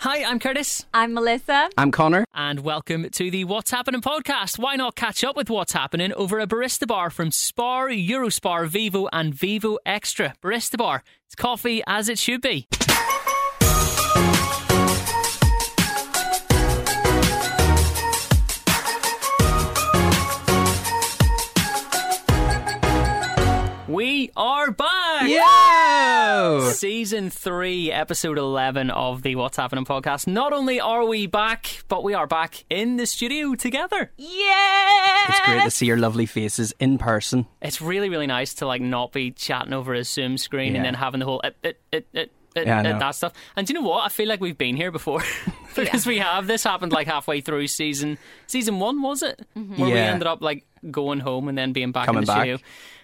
Hi, I'm Curtis, I'm Melissa. I'm Connor. and welcome to the What's Happening podcast. Why not catch up with what's happening over a barista bar from Spar, Eurospar, Vivo, and Vivo Extra? Barista bar, it's coffee as it should be. We are back! Yo! Season 3, episode 11 of the What's Happening podcast. Not only are we back, but we are back in the studio together. Yeah. It's great to see your lovely faces in person. It's really, really nice to like not be chatting over a Zoom screen Yeah. and then having the whole uh, it, it, it, it, it, Yeah, I it, know. uh, that stuff. And do you know what? I feel like we've been here before because we have. This happened like halfway through season season one, was it? Mm-hmm. Where we Yeah. ended up like going home and then being back Coming in the back. studio.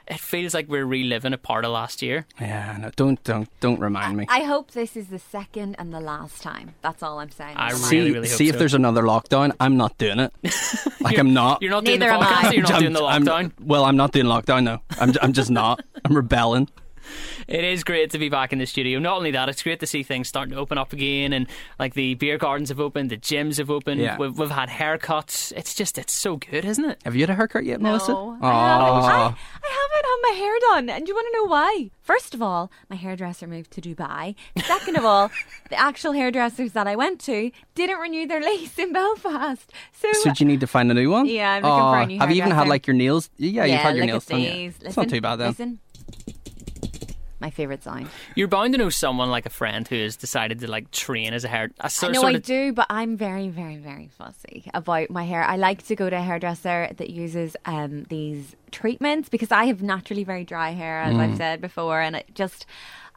It feels like we're reliving a part of last year. Yeah, no, don't don't don't remind me. I hope this is the second and the last time. That's all I'm saying. I see really, really hope see if so. there's another lockdown. I'm not doing it. Like I'm not. You're not doing the Neither am podcast, I. or you're not I'm- doing the I'm- lockdown. well, I'm not doing lockdown though. I'm I'm just not. I'm rebelling. It is great to be back in the studio. Not only that, it's great to see things starting to open up again, and like the beer gardens have opened, the gyms have opened. Yeah. We've, we've had haircuts. It's just it's so good, isn't it? Have you had a haircut yet, Melissa? No, I haven't. I, I haven't had my hair done, and you want to know why? First of all, my hairdresser moved to Dubai. Second of all, the actual hairdressers that I went to didn't renew their lease in Belfast. So, So do you need to find a new one? Yeah, I'm looking for a Aw, new Have you even had hairdresser. like your nails? Yeah, you've had your look nails at done. yet. these. It's not Listen, too bad then. Listen, my favorite sound. You're bound to know someone like a friend who has decided to like train as a hair. A sort, No, sort I of, do, but I'm very, very, very fussy about my hair. I like to go to a hairdresser that uses um, these treatments because I have naturally very dry hair, as Mm. I've said before, and it just.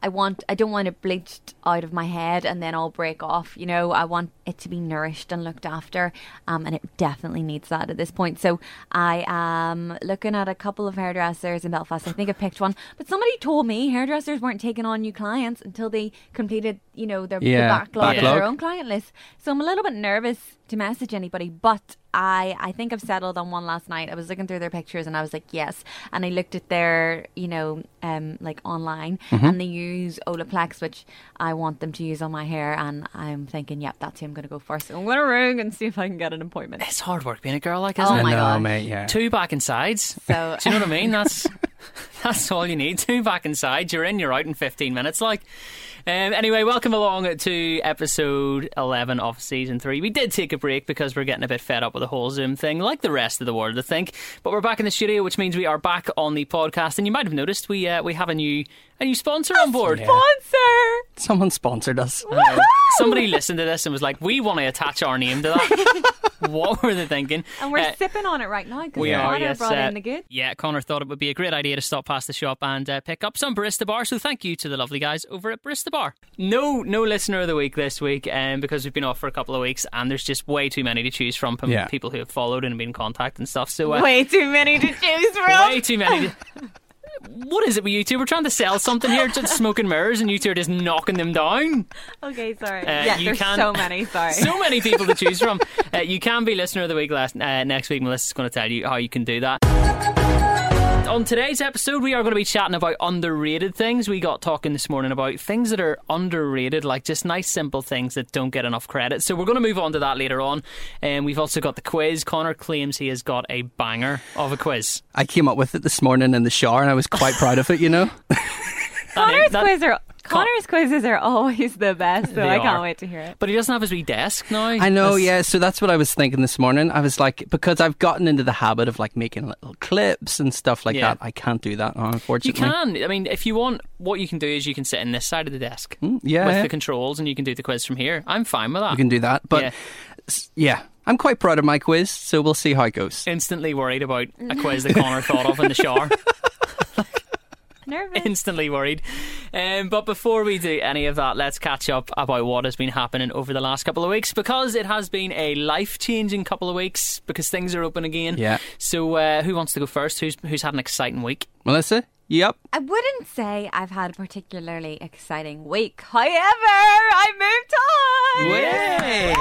I want. I don't want it bleached out of my head and then all break off. You know, I want it to be nourished and looked after, um, and it definitely needs that at this point. So I am looking at a couple of hairdressers in Belfast. I think I picked one, but somebody told me hairdressers weren't taking on new clients until they completed, you know, their Yeah, the backlog, of backlog. their own client list. So I'm a little bit nervous to message anybody, but I I think I've settled on one last night. I was looking through their pictures and I was like, yes. And I looked at their, you know, um like online Mm-hmm. and they use Olaplex, which I want them to use on my hair and I'm thinking, yep, that's who I'm gonna go for. So I'm gonna ring and see if I can get an appointment. it's hard work being a girl like, Oh isn't I it? my know, gosh. mate. Yeah. Two back and sides. So Do you know what I mean? That's that's all you need. Two back and sides. You're in. You're out in 15 minutes. Like, um, anyway, welcome along to episode 11 of season three. We did take a break because we're getting a bit fed up with the whole Zoom thing, like the rest of the world, I think. But we're back in the studio, which means we are back on the podcast. And you might have noticed we uh, we have a new a new sponsor on board. sponsor Someone sponsored us. Uh, Somebody listened to this and was like, "We want to attach our name to that." what were they thinking? and we're Uh, sipping on it right now because we the are, water yes. brought uh, in the good. Yeah, Connor thought it would be a great idea to stop past the shop and uh, pick up some Barista Bar. So thank you to the lovely guys over at Barista Bar. No, no listener of the week this week, um, because we've been off for a couple of weeks and there's just way too many to choose from from Yeah. people who have followed and been in contact and stuff. So uh, Way too many to choose from. way too many. To- what is it with you two? We're trying to sell something here, just smoke and mirrors, and you two are just knocking them down. Okay, sorry. Uh, yeah, you there's can- so many. Sorry. So many people to choose from. Uh, you can be listener of the week last uh, next week. Melissa's going to tell you how you can do that. On today's episode, we are going to be chatting about underrated things. We got talking this morning about things that are underrated, like just nice, simple things that don't get enough credit. So we're going to move on to that later on. And we've also got the quiz. Connor claims he has got a banger of a quiz. I came up with it this morning in the shower, and I was quite proud of it. You know. Connor's, that- quiz are, Connor's quizzes are always the best, so They I can't are. wait to hear it. But he doesn't have his wee desk now. I know, That's- yeah. So that's what I was thinking this morning. I was like, because I've gotten into the habit of like making little clips and stuff like Yeah. that. I can't do that, now, You unfortunately. can. I mean, if you want, what you can do is you can sit in this side of the desk yeah. with the controls and you can do the quiz from here. I'm fine with that. You can do that, but Yeah. yeah. yeah, I'm quite proud of my quiz. So we'll see how it goes. instantly worried about a quiz that Connor thought of in the shower. Nervous. instantly worried. Um, but before we do any of that, let's catch up about what has been happening over the last couple of weeks because it has been a life changing couple of weeks because things are open again. Yeah. So uh, who wants to go first? Who's who's had an exciting week? Melissa, yep. I wouldn't say I've had a particularly exciting week. However, I moved on. Yay!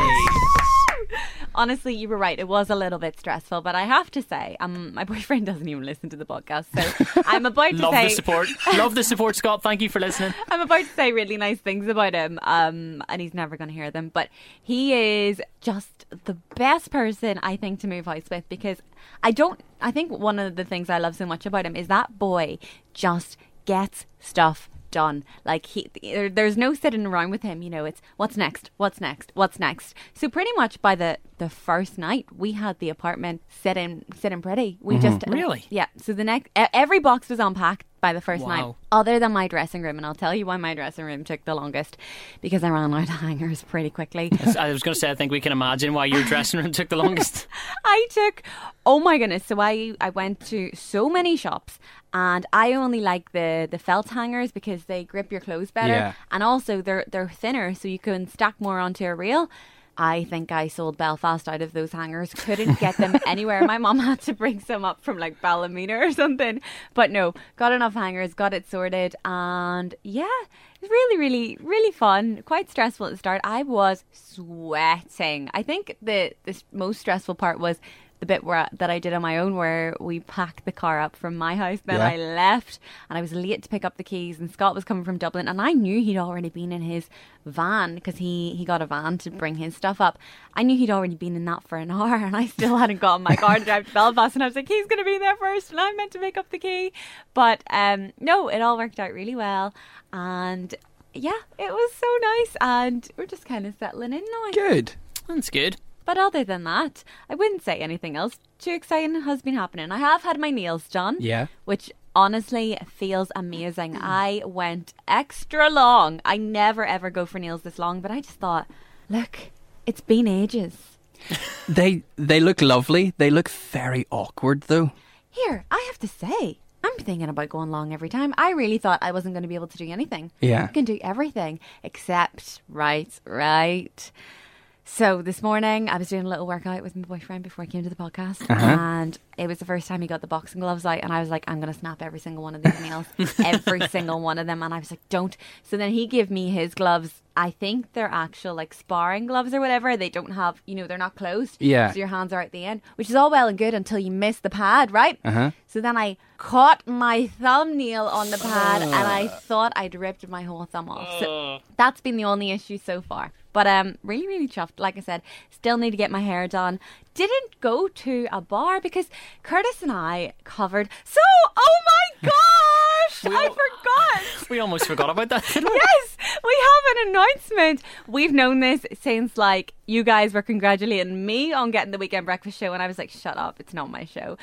honestly, you were right. It was a little bit stressful, but I have to say, um, my boyfriend doesn't even listen to the podcast, so I'm about to Love say the support. Love the support, Scott. Thank you for listening. I'm about to say really nice things about him, um, and he's never going to hear them. But he is just the best person, I think, to move house with because I don't. I think one of the things I love so much about him is that boy just gets stuff done. Like he, there, there's no sitting around with him. You know, it's what's next, what's next, what's next. So pretty much by the the first night, we had the apartment sitting sitting pretty. We just Really? yeah. So the next, e- every box was unpacked by the first night Wow. other than my dressing room, and I'll tell you why my dressing room took the longest because I ran out of hangers pretty quickly. I was going to say, I think we can imagine why your dressing room took the longest. I took, oh my goodness! So I I went to so many shops, and I only like the the felt hangers because they grip your clothes better, Yeah. and also they're they're thinner, so you can stack more onto a reel. I think I sold Belfast out of those hangers. Couldn't get them anywhere. My mom had to bring some up from like Ballymena or something. But no, got enough hangers, got it sorted, and yeah, it's really, really, really fun. Quite stressful at the start. I was sweating. I think the the s- most stressful part was the bit where that I did on my own, where we packed the car up from my house. Then Yeah. I left and I was late to pick up the keys and Scott was coming from Dublin and I knew he'd already been in his van because he, he got a van to bring his stuff up. I knew he'd already been in that for an hour and I still hadn't gotten my car to drive to Belfast and I was like, he's going to be there first and I meant to pick up the key. But um, no, it all worked out really well and yeah, it was so nice and we're just kind of settling in now. Good. That's good. But other than that, I wouldn't say anything else too exciting has been happening. I have had my nails done. Yeah. Mm. Which honestly feels amazing. I went extra long. I never ever go for nails this long, but I just thought, look, it's been ages. They they look lovely. They look very awkward though. Here, I have to say, I'm thinking about going long every time. I really thought I wasn't going to be able to do anything. Yeah. I can do everything except right, right. So this morning I was doing a little workout with my boyfriend before I came to the podcast, and it was the first time he got the boxing gloves out, and I was like, I'm gonna snap every single one of these nails, every single one of them, and I was like, don't. So then he gave me his gloves. I think they're actual like sparring gloves or whatever. They don't have, you know, they're not closed. Yeah. So your hands are at the end, which is all well and good until you miss the pad, right? Uh-huh. So then I caught my thumbnail on the pad, and I thought I'd ripped my whole thumb off. So that's been the only issue so far. But um, really, really chuffed. Like I said, still need to get my hair done. Didn't go to a bar because Curtis and I covered. So, oh my gosh, I forgot. We almost forgot about that. didn't we? Yes, we have an announcement. We've known this since like you guys were congratulating me on getting the weekend breakfast show, and I was like, "Shut up, it's not my show,"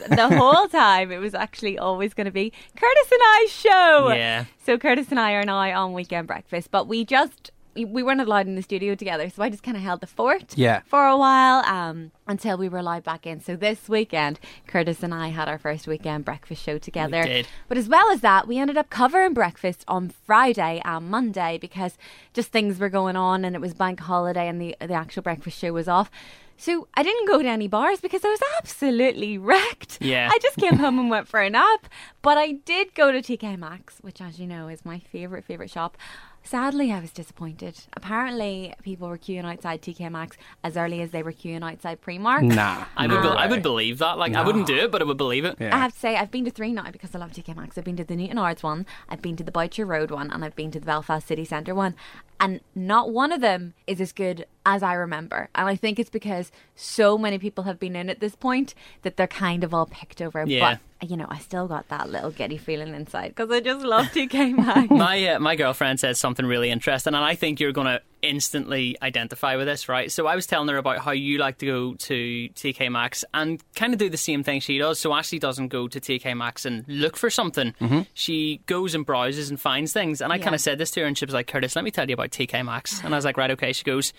the whole time it was actually always going to be Curtis and I's show. Yeah. So Curtis and I are now on weekend breakfast, but we just we weren't allowed in the studio together, so I just kind of held the fort Yeah. for a while um, until we were allowed back in. So this weekend, Curtis and I had our first weekend breakfast show together. did. But as well as that, we ended up covering breakfast on Friday and Monday because just things were going on and it was bank holiday and the the actual breakfast show was off. So I didn't go to any bars because I was absolutely wrecked. Yeah. I just came home and went for a nap. But I did go to TK Maxx, which as you know is my favorite favorite shop. Sadly, I was disappointed. Apparently, people were queuing outside TK Maxx as early as they were queuing outside Primark. Nah. I would, be- I would believe that. Like, I wouldn't do it, but I would believe it. I have to say, I've been to three now because I love TK Maxx. I've been to the Newton Arts one, I've been to the Boucher Road one, and I've been to the Belfast City Centre one. And not one of them is as good as I remember. And I think it's because so many people have been in at this point that they're kind of all picked over. Yeah. But, you know, I still got that little giddy feeling inside because I just love TK Maxx. My uh, my girlfriend says something really interesting, and I think you're going to instantly identify with this, right? So I was telling her about how you like to go to TK Maxx and kind of do the same thing she does. So Ashley doesn't go to TK Maxx and look for something. She goes and browses and finds things. And I Yeah. kind of said this to her, and she was like, "Curtis, let me tell you about TK Maxx." And I was like, "Right, okay." She goes,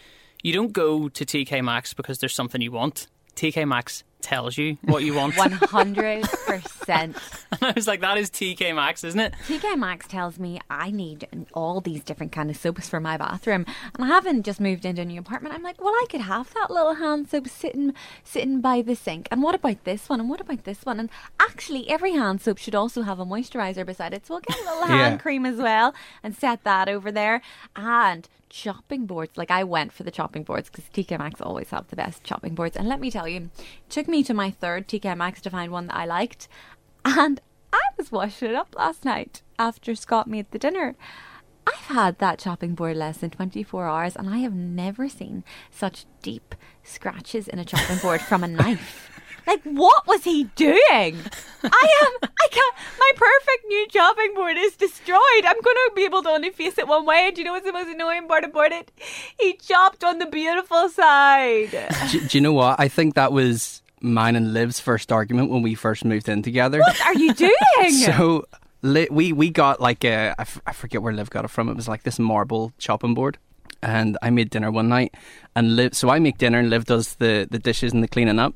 "You don't go to TK Maxx because there's something you want. TK Maxx tells you what you want." 100%. and I was like, "That is TK Maxx, isn't it?" TK Maxx tells me I need all these different kind of soaps for my bathroom, and I haven't just moved into a new apartment. I'm like, well, I could have that little hand soap sitting sitting by the sink. And what about this one? And what about this one? And actually, every hand soap should also have a moisturizer beside it, so I'll get a little Yeah. hand cream as well and set that over there. And chopping boards. Like I went for the chopping boards because TK Maxx always have the best chopping boards. And let me tell you, it took me to my third TK Maxx to find one that I liked. And I was washing it up last night after Scott made the dinner. I've had that chopping board less than 24 hours and I have never seen such deep scratches in a chopping board from a knife. Like, what was he doing? I am, I can't, my perfect new chopping board is destroyed. I'm going to be able to only face it one way. And do you know what's the most annoying part about it? He chopped on the beautiful side. Do, do you know what? I think that was mine and Liv's first argument when we first moved in together. What are you doing? So li- we we got like a I, f- I forget where Liv got it from. It was like this marble chopping board, and I made dinner one night, and Liv. So I make dinner, and Liv does the the dishes and the cleaning up.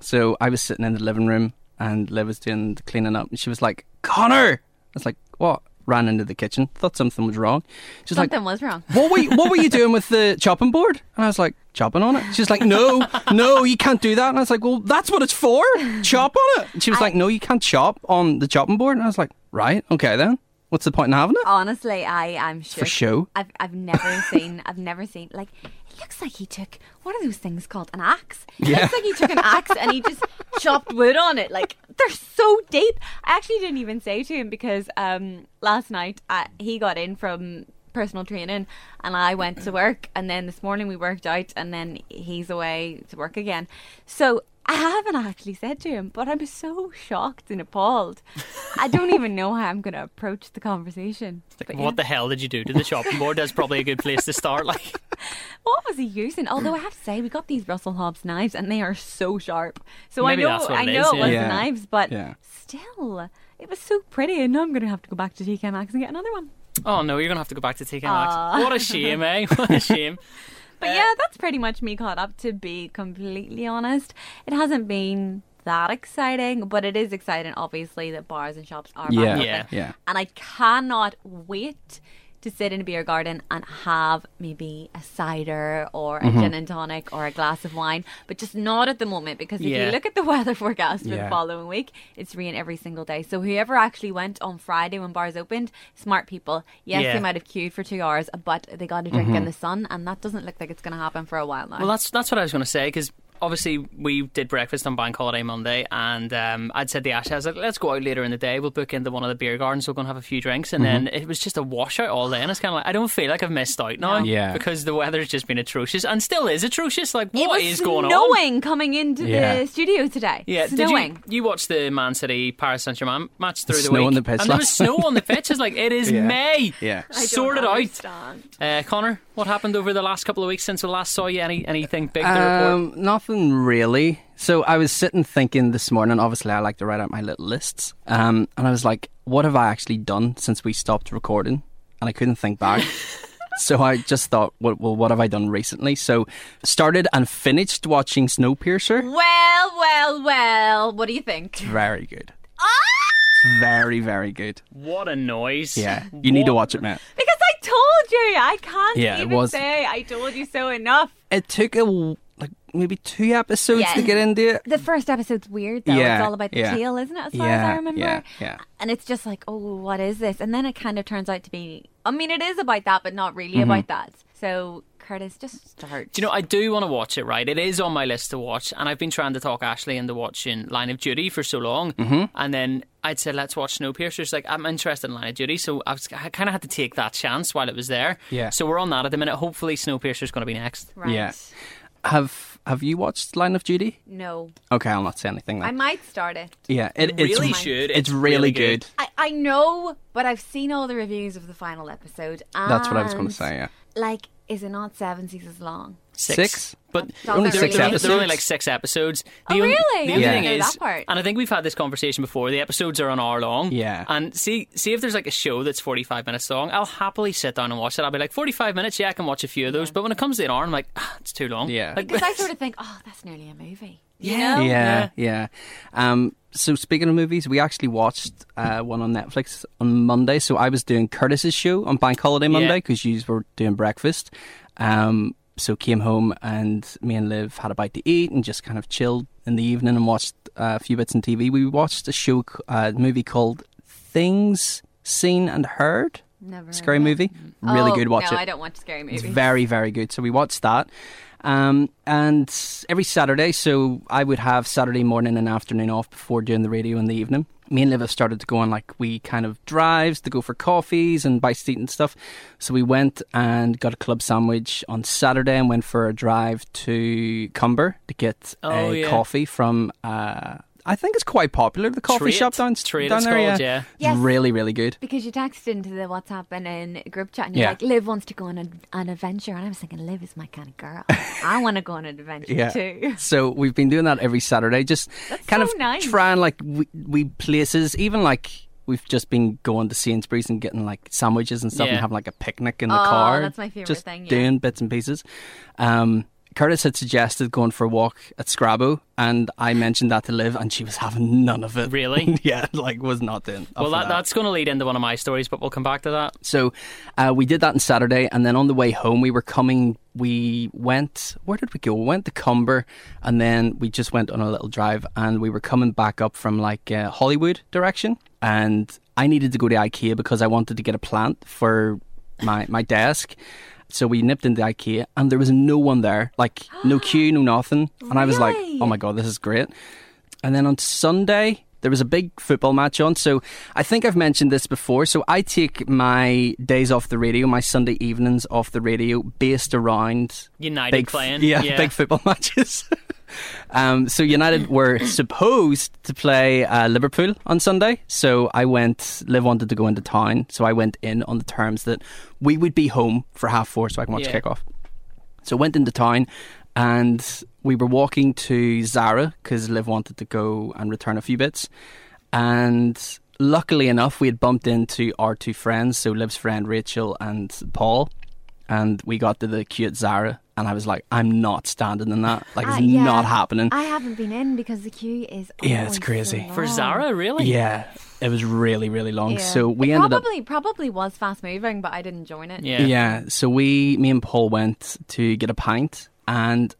So I was sitting in the living room, and Liv was doing the cleaning up, and she was like, "Connor," I was like, "What?" Ran into the kitchen, thought something was wrong. She's like, Something was wrong. what were you, what were you doing with the chopping board? And I was like, chopping on it. She's like, no, no, you can't do that. And I was like, well, that's what it's for. Chop on it. And she was like, no, you can't chop on the chopping board. And I was like, right, okay then. What's the point in having it? Honestly, I am sure. For show. I've I've never seen I've never seen like it looks like he took what are those things called an axe. It Yeah. looks like he took an axe and he just chopped wood on it. Like they're so deep. I actually didn't even say to him because um last night I, he got in from personal training and I went to work and then this morning we worked out and then he's away to work again. So I haven't actually said to him, but I'm so shocked and appalled. I don't even know how I'm going to approach the conversation. But yeah. What the hell did you do to the chopping board? That's probably a good place to start. Like, What was he using? Although I have to say, we got these Russell Hobbs knives, and they are so sharp. So Maybe I know, that's what I it know is, it was yeah. the knives, but Yeah. still, it was so pretty. And now I'm going to have to go back to TK Maxx and get another one. oh no, you're gonna have to go back to TK Aw. Maxx. What a shame, eh? What a shame. Uh, But yeah, that's pretty much me caught up. To be completely honest, it hasn't been that exciting, but it is exciting. Obviously, that bars and shops are Yeah. back open. Yeah. Yeah. and I cannot wait. To sit in a beer garden and have maybe a cider or a Mm-hmm. gin and tonic or a glass of wine, but just not at the moment because if Yeah. you look at the weather forecast for Yeah. the following week, it's rain every single day. So whoever actually went on Friday when bars opened, smart people. Yes, Yeah. they might have queued for two hours, but they got a drink in the sun, and that doesn't look like it's going to happen for a while now. Mm-hmm. Well, that's that's what I was going to say because obviously we did breakfast on Bank Holiday Monday, and um, I'd said to Ash, I was like, let's go out later in the day. We'll book into one of the beer gardens. We're going to have a few drinks, and then it was just a washout all day. And it's kind of like I don't feel like I've missed out now, Yeah. because the weather's just been atrocious and still is atrocious. Like, it what was is going on? snowing coming into Yeah. the studio today. Yeah, snowing. did you you watch the Man City Paris Saint Germain match through the Snow week? on the pitch and there was last snow on the pitch. It's like it is Yeah. May. Yeah. I don't sort it out. Uh, Connor, what happened over the last couple of weeks since we last saw you? Any anything big to report? Um, nothing really. So I was sitting thinking this morning. Obviously, I like to write out my little lists, um, and I was like, "What have I actually done since we stopped recording?" And I couldn't think back. so I just thought, "Well, well what have I done recently?" So started and finished watching Snowpiercer. Well, well, well. What do you think? Ah! Very good. Very, very good. What a noise! Yeah, you need to What- watch it, man. Because I told you, I can't Yeah, it even was- say I told you so enough. It took a w- like maybe two episodes Yeah. to get into it. The first episode's weird though. Yeah, it's all about the yeah. tail, isn't it? As far as Yeah, I remember. yeah, yeah. And it's just like, oh, what is this? And then it kind of turns out to be. I mean, it is about that, but not really about that. So Curtis, just start. Mm-hmm. Do you know, I do want to watch it, right? It is on my list to watch, and I've been trying to talk Ashley into watching Line of Duty for so long. Mm-hmm. And then I'd said, let's watch Snowpiercer. She's like, I'm interested in Line of Duty. So I, was, I kind of had to take that chance while it was there. Yeah. So we're on that at the minute. Hopefully, Snowpiercer's going to be next. right? Yeah. Have Have you watched Line of Duty? No, Okay, I'll not say anything. Then. I might start it. Yeah, it, it's really should. It's, really, good. I, I know, but I've seen all the reviews of the final episode. And That's what I was Ah. going to say. Yeah, Like, is it not seven seasons long? Six. Six? But That's Only there- six there- There are only episodes? like six episodes. Oh, on- really? The I only didn't thing know is, that part. and I think we've had this conversation before. The episodes are an hour long. Yeah. And see, see if there's like a show that's 45 minutes long, I'll happily sit down and watch it. I'll be like, 45 minutes, yeah, I can watch a few of those. But when it comes to an hour, I'm like, ah, it's too long. Yeah. Like, Because I sort of think, oh, that's nearly a movie. You Yeah. know? yeah, yeah. Um, so speaking of movies, we actually watched uh, one on Netflix on Monday. So I was doing Curtis's show on Bank Holiday Monday because you were doing breakfast. Um, so came home and me and Liv had a bite to eat and just kind of chilled in the evening and watched uh, a few bits on TV. We watched a show, c- uh, movie called Things Seen and Heard. Never. Scary movie, really good. Watch Oh, no, it. I don't watch scary movies. It's very, very good. So we watched that. Um, and every Saturday, so I would have Saturday morning and afternoon off before doing the radio in the evening. Me and Liv have started to go on like we kind of drives to go for coffees and bite to eat and stuff. So we went and got a club sandwich on Saturday and went for a drive to Cumber to get Oh, a yeah. coffee from. Uh, I think it's quite popular. The coffee Treat. shop down, Treat down it's there, called, yeah. yeah, Yes. really, really good. Because you texted into the WhatsApp and in group chat, and you're Yeah. like, "Liv wants to go on an, an adventure," and I was thinking, "Liv is my kind of girl. I want to go on an adventure too." So we've been doing that every Saturday, just kind so of nice. trying like we, we places, even like we've just been going to Sainsbury's and getting like sandwiches and stuff Yeah. and having like a picnic in the Oh, car. that's my favourite just thing, yeah. Doing bits and pieces. Um, Curtis had suggested going for a walk at Scrabble, and I mentioned that to Liv, and she was having none of it. Really? yeah, like was not in. up Well, for that, that's going to lead into one of my stories, but we'll come back to that. so uh, we did that on Saturday, and then on the way home, we were coming. We went. Where did we go? We went to Cumber, and then we just went on a little drive, and we were coming back up from like uh, Hollywood direction, and I needed to go to IKEA because I wanted to get a plant for my my desk. So we nipped into IKEA, and there was no one there, like no queue, no nothing, and I was like, Really? "Oh my god, this is great." And then on Sunday, there was a big football match on. So I think I've mentioned this before. So I take my days off the radio, my Sunday evenings off the radio, based around United big, playing. yeah, big football matches. um, so United were supposed to play uh, Liverpool on Sunday. So I went. Liv wanted to go into town, so I went in on the terms that we would be home for half four, so I can watch Yeah. kickoff. So went into town and we were walking to Zara because Liv wanted to go and return a few bits. And luckily enough, we had bumped into our two friends, so Liv's friend Rachel and Paul. And we got to the queue at Zara, and I was like, I'm not standing in that. Like, it's Ah, yeah. not happening. I haven't been in because the queue is Yeah, it's always so crazy. For long. Zara, really? yeah, it was really, really long. Yeah. So we It ended up. probably probably was fast moving, but I didn't join it. Yeah. Yeah. So we, me and Paul went to get a pint, and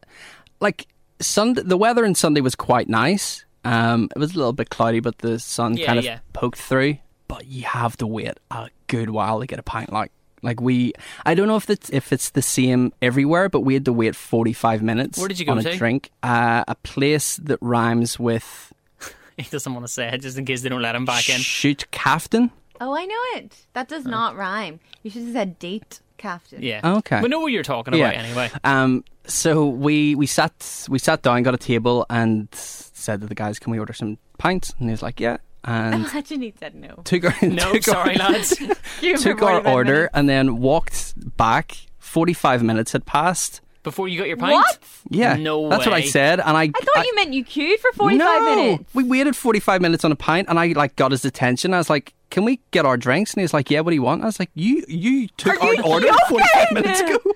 like Sunday, the weather on Sunday was quite nice. Um, it was a little bit cloudy, but the sun Yeah, kind of yeah. poked through. But you have to wait a good while to get a pint. Like, like we, I don't know if it's if it's the same everywhere, but we had to wait forty five minutes. Where did you go on to? a drink? Uh, a place that rhymes with He doesn't want to say it just in case they don't let him back in. shoot Cafton. Oh, I know it. That does not rhyme. You should have said date captain. Yeah. Okay. We know what you're talking about Yeah. anyway. Um, so we we sat we sat down, got a table, and said to the guys, "Can we order some pints?" And he was like, "Yeah." And Imagine he said no. took our No, took sorry, our, lads. You took were our right about order, that. and then walked back. Forty five minutes had passed. Before you got your pint? What? Yeah, No that's what I way. said, and I. I thought you meant you queued for forty five no, minutes. we waited forty five minutes on a pint, and I like got his attention. I was like, "Can we get our drinks?" And he was like, "Yeah, what do you want?" I was like, "You you took Are our you order forty five minutes ago." joking?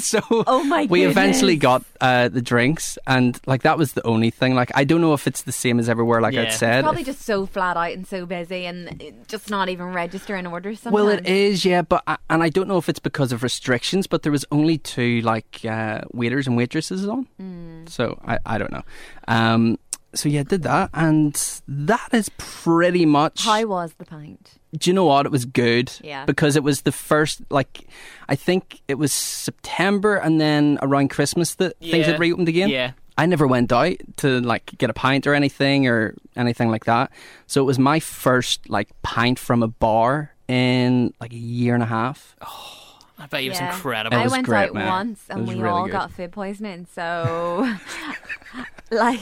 so Oh my we eventually goodness. got uh, the drinks and like that was the only thing like i don't know if it's the same as everywhere like Yeah. i'd said Probably just so flat out and so busy and it- just not even register an order sometimes. well it is yeah but I, and i don't know if it's because of restrictions but there was only two like uh, waiters and waitresses on Hmm. so I, I don't know um so yeah did that and that is pretty much How was the pint? do you know what? It was good. Yeah. Because it was the first, like, I think it was September and then around Christmas that things Yeah. had reopened again. Yeah. I never went out to, like, get a pint or anything or anything like that. So it was my first, like, pint from a bar in, like, a year and a half. Oh. I bet you it was Yeah. incredible. It I was went great, out man. once It and was we really all good. got food poisoning. So, like,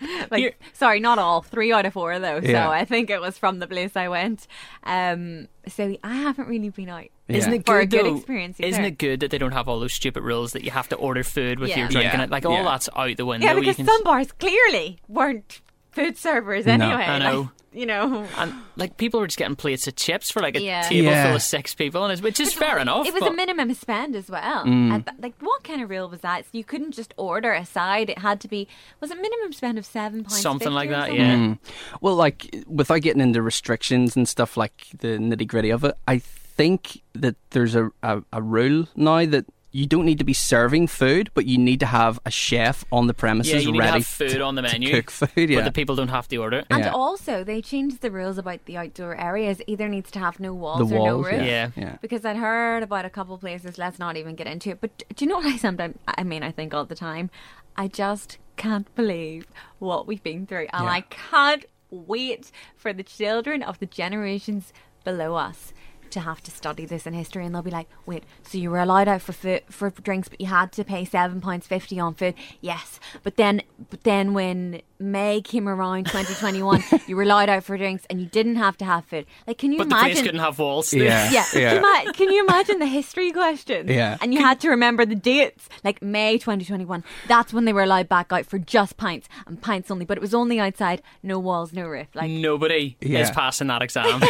like You're- sorry, not all. Three out of four though. Yeah. So I think it was from the place I went. Um, so I haven't really been out. Isn't Yeah. it good, For a good though? experience Isn't either. it good that they don't have all those stupid rules that you have to order food with Yeah. your drink in Yeah. it? Like all Yeah. that's out the window. Yeah, You because can some bars clearly weren't food servers No. anyway. I like, know. you know, and like people were just getting plates of chips for like a Yeah. table Yeah. full of six people, and it's, which is fair enough. It was but a minimum spend as well. Mm. At that- like, what kind of rule was that? You couldn't just order a side. It had to be was it minimum spend of seven pounds? something like that. something? Yeah, Mm, Well, like, without getting into restrictions and stuff, like, the nitty gritty of it, I think that there's a, a, a rule now that you don't need to be serving food, but you need to have a chef on the premises Yeah, you need to ready have food on the to menu, cook food. Yeah, But the people don't have to order it. And Yeah. also, they changed the rules about the outdoor areas. Either needs to have no walls the or walls. no roof. Yeah. yeah, Because I'd heard about a couple places. Let's not even get into it. But do you know what I sometimes? I mean, I think all the time. I just can't believe what we've been through, and Yeah. I can't wait for the children of the generations below us to have to study this in history, and they'll be like, "Wait, so you were allowed out for food, for drinks, but you had to pay seven pounds fifty on food? Yes, but then, but then when May came around, twenty twenty one, you were allowed out for drinks, and you didn't have to have food. Like, can you But the imagine? place couldn't have walls. Yeah. Yeah. Can, you ima- can you imagine the history question? Yeah. And you had to remember the dates, like May 2021. That's when they were allowed back out for just pints and pints only, but it was only outside, no walls, no roof. Mm. Like, Nobody is Yeah. passing that exam.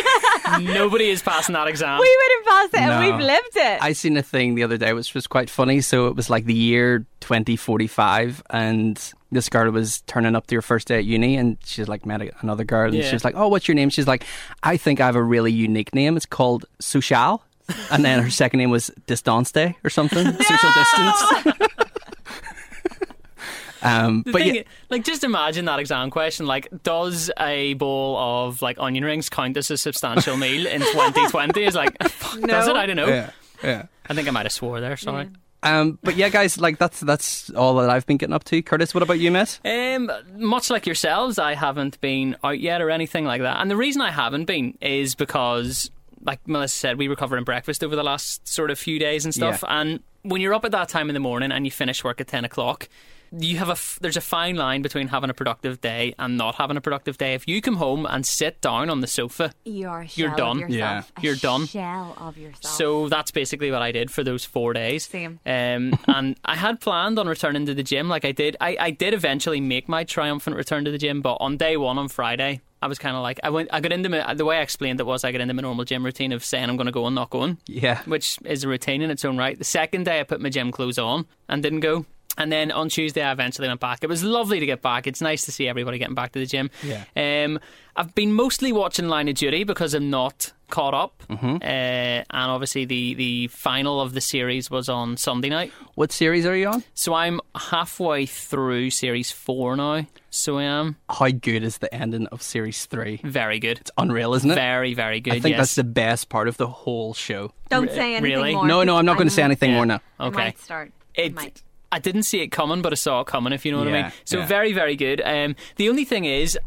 Nobody is passing that exam. we wouldn't pass it and No. we've lived it. I seen a thing the other day which was quite funny. So it was like the year 2045, and this girl was turning up to her first day at uni, and she's like met a- another girl, and Yeah. she was like, "Oh, what's your name?" She's like, "I think I have a really unique name. It's called Sushal." And then her second name was Distance Day or something, social distance. um, The but thing yeah, i- like, just imagine that exam question. Like, does a bowl of like onion rings count as a substantial meal in 2020? Is like, fuck, does No. it? I don't know. yeah, yeah. I think I might have swore there. Sorry. Um, but yeah, guys, like that's that's all that I've been getting up to. Curtis, what about you, miss? Um, much like yourselves, I haven't been out yet or anything like that. And the reason I haven't been is because, like Melissa said, we were covering breakfast over the last sort of few days and stuff. And when you're up at that time in the morning and you finish work at ten o'clock, you have a f- there's a fine line between having a productive day and not having a productive day. If you come home and sit down on the sofa you are a shell You're done. of yourself. Yeah. A You're done. shell of yourself. So that's basically what I did for those four days. Same. Um, and I had planned on returning to the gym. Like I did, I, I did eventually make my triumphant return to the gym. But on day one on Friday, I was kind of like, I went, I got into my, the way I explained it was I got into my normal gym routine of saying I'm going to go and not going, Yeah, which is a routine in its own right. The second day, I put my gym clothes on and didn't go. And then on Tuesday, I eventually went back. It was lovely to get back. It's nice to see everybody getting back to the gym. Yeah. Um, I've been mostly watching Line of Duty because I'm not caught up. Mm-hmm. Uh, and obviously, the, the final of the series was on Sunday night. what series are you on? So I'm halfway through series four now. So I am How good is the ending of series three? very good. Unreal, isn't it? Very, very good. I think yes. that's the best part of the whole show. Don't say anything really? more. No, no, I'm not going to say might- anything Yeah. more now. I Okay. might start. I it, might. I didn't see it coming, but I saw it coming. If you know what I Yeah, mean. So yeah. very, very good. Um, the only thing is.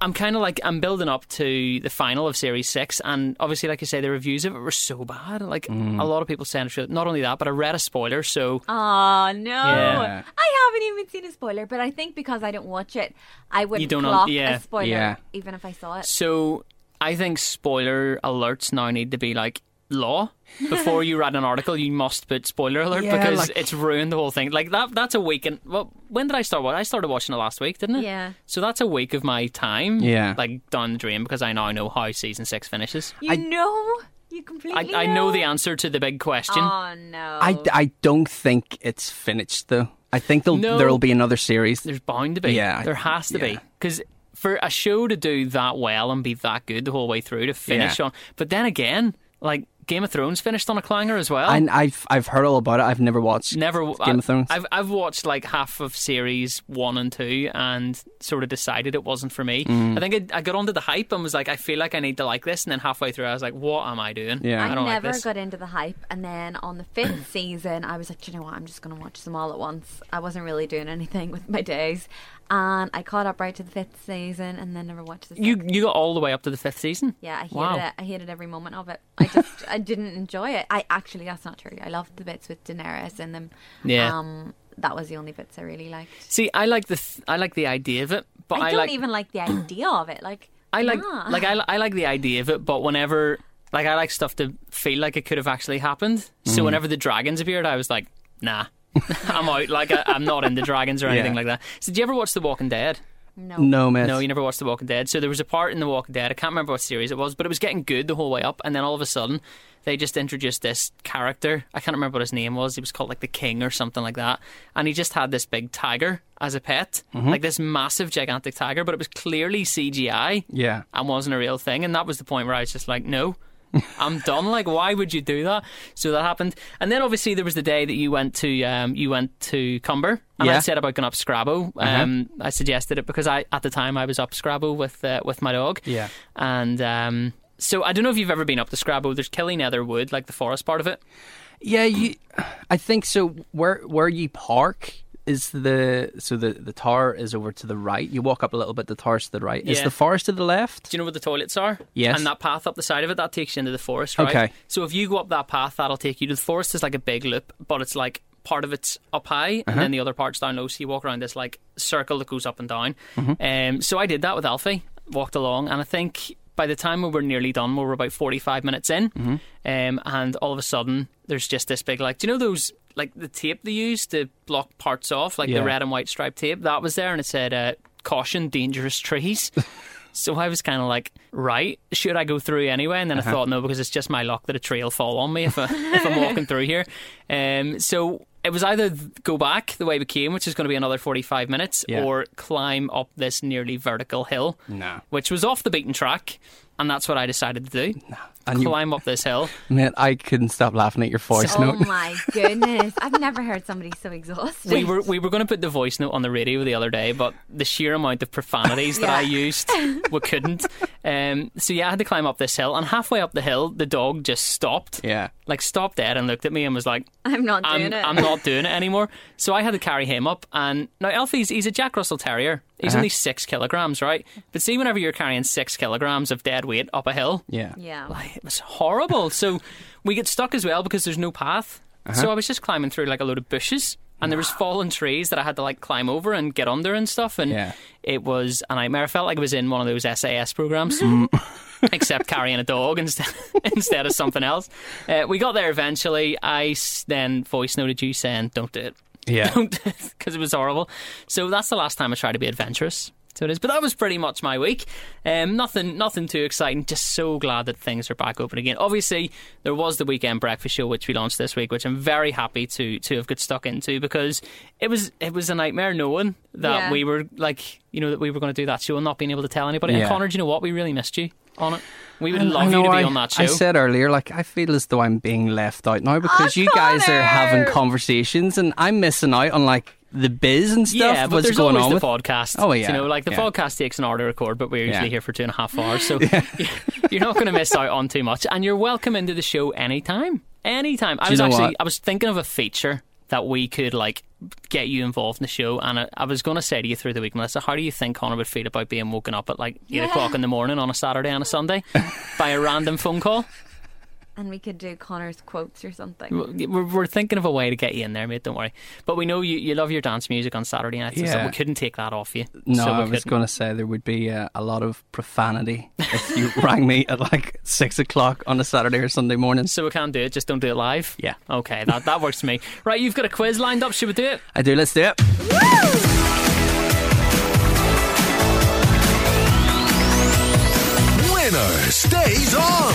I'm kind of like I'm building up to the final of Series Six, and obviously, like I say, the reviews of it were so bad. Like Mm. a lot of people saying, it's really- not only that, but I read a spoiler, so Oh no! Yeah. I haven't even seen a spoiler, but I think because I don't watch it, I wouldn't don't know- clock yeah. a spoiler Yeah. even if I saw it. so I think spoiler alerts now need to be like law. Before you write an article, you must put spoiler alert Yeah, because like- it's ruined the whole thing. Like that, that's a week. And well, when did I start? What I started watching it last week, didn't it? Yeah. So that's a week of my time. Yeah. Like down the drain because I now know how season six finishes. You I- know, you I, completely. I know the answer to the big question. Oh no! I, I don't think it's finished though. I think there'll, No. there'll be another series. There's bound to be. Yeah, I- There has to be. 'Cause be. Because yeah. for a show to do that well and be that good the whole way through to finish Yeah. on. But then again, like Game of Thrones finished on a clanger as well. And I've I've heard all about it. I've never watched. Never Game of Thrones. I've I've watched like half of series one and two, and sort of decided it wasn't for me. Mm-hmm. I think I, I got onto the hype and was like, I feel like I need to like this, and then halfway through, I was like, What am I doing? Yeah. I I don't like never this. got into the hype, and then on the fifth season, I was like, "Do you know what? I'm just going to watch them all at once. I wasn't really doing anything with my days, and I caught up right to the fifth season, and then never watched the. Sixth. you you got all the way up to the fifth season. Yeah, I hated Wow. it. I hated every moment of it. I just, I didn't enjoy it. I actually, that's not true. I loved the bits with Daenerys in them. Yeah. Um, that was the only bits I really liked. See, I like the th- I like the idea of it, but I, I, don't like even like the idea of it. Like, I like nah. like I, li- I like the idea of it, but whenever like I like stuff to feel like it could have actually happened. Mm-hmm. So whenever the dragons appeared, I was like, Nah, I'm out. Like I, I'm not into dragons or anything Yeah. like that. So did you ever watch The Walking Dead? no. no, miss. No, you never watched The Walking Dead. So there was a part in The Walking Dead. I can't remember what series it was, but it was getting good the whole way up, and then all of a sudden, they just introduced this character. I can't remember what his name was. He was called like the King or something like that, and he just had this big tiger as a pet, like this massive, gigantic tiger. But it was clearly CGI yeah. and wasn't a real thing, and that was the point where I was just like, no. I'm done. Like, why would you do that? So that happened, and then obviously there was the day that you went to um, you went to Cumber, and I Yeah. Uh-huh. said about going up Scrabble. Um, I suggested it because I at the time I was up Scrabble with uh, with my dog. Yeah. and um, so I don't know if you've ever been up to Scrabble. There's Killy Netherwood, like the forest part of it. Yeah, you. I think so. Where where you park is the so the the tower is over to the right. You walk up a little bit. The tower's to the right. Is Yeah. the forest to the left? Do you know where the toilets are? Yes. And that path up the side of it, that takes you into the forest, right? Okay. So if you go up that path, that'll take you to the forest. It's like a big loop, but it's like part of it's up high Uh-huh. and then the other part's down low. So you walk around this like circle that goes up and down. Mm-hmm. Um, so I did that with Alfie, walked along, and I think by the time we were nearly done, we were about 45 minutes in, Mm-hmm. um, and all of a sudden there's just this big, like, do you know those? Like the tape they use to block parts off, like Yeah. the red and white striped tape, that was there, and it said, uh, "Caution, dangerous trees." So I was kind of like, right, should I go through anyway? And then Uh-huh. I thought, no, because it's just my luck that a tree will fall on me if, I, if I'm walking through here. Um, so it was either th- go back the way we came, which is going to be another 45 minutes, Yeah. or climb up this nearly vertical hill, No. which was off the beaten track. And that's what I decided to do. And you, climb up this hill. man, I couldn't stop laughing at your voice oh note. my goodness! I've never heard somebody so exhausted. We were we were going to put the voice note on the radio the other day, but the sheer amount of profanities that I Yeah. used, we couldn't. Um, so yeah, I had to climb up this hill, and halfway up the hill, the dog just stopped. Yeah. like stopped dead and looked at me and was like, I'm not doing I'm, it. I'm not doing it anymore. So I had to carry him up. And now Alfie's he's a Jack Russell Terrier. He's only six kilograms, right? But see, whenever you're carrying six kilograms of dead weight up a hill, Yeah. yeah. like, it was horrible. so we get stuck as well because there's no path. So I was just climbing through like a load of bushes. And there was fallen trees that I had to like climb over and get under and stuff, and Yeah. it was a nightmare. I felt like I was in one of those SAS programs except carrying a dog instead instead of something else. Uh, we got there eventually. I s- then voice noted you saying, "Don't do it." Yeah. Don't because it was horrible. So that's the last time I tried to be adventurous. So it is, but that was pretty much my week. Um, nothing, nothing too exciting. Just so glad that things are back open again. Obviously, there was the weekend breakfast show which we launched this week, which I'm very happy to to have got stuck into because it was it was a nightmare knowing that Yeah. we were like you know that we were going to do that show and not being able to tell anybody. And Yeah. Connor, do you know what? We really missed you on it. We would love I you to know be I- on that show. I said earlier, like I feel as though I'm being left out now because you guys are having Connor! conversations and I'm missing out on like the biz and stuff. yeah, but what's there's going always on the with podcast. Oh, you yeah, know, like the yeah. podcast takes an hour to record, but we're usually Yeah. here for two and a half hours, so you're not going to miss out on too much. And you're welcome into the show anytime, anytime. I you was know actually, what? I was thinking of a feature that we could like get you involved in the show, and I, I was going to say to you through the week, Melissa, how do you think Connor would feel about being woken up at like eight Yeah. o'clock in the morning on a Saturday and a Sunday by a random phone call? And we could do Connor's quotes or something. We're, we're thinking of a way to get you in there, mate. Don't worry. But we know you, you love your dance music on Saturday nights, so Yeah. we couldn't take that off you. so No, we I was couldn't. going to say there would be uh, a lot of profanity if you rang me at like six o'clock on a Saturday or Sunday morning. So we can do it, just don't do it live? Yeah. Okay, that, that works for me. Right, you've got a quiz lined up. Should we do it? I do. Let's do it. Winner stays on.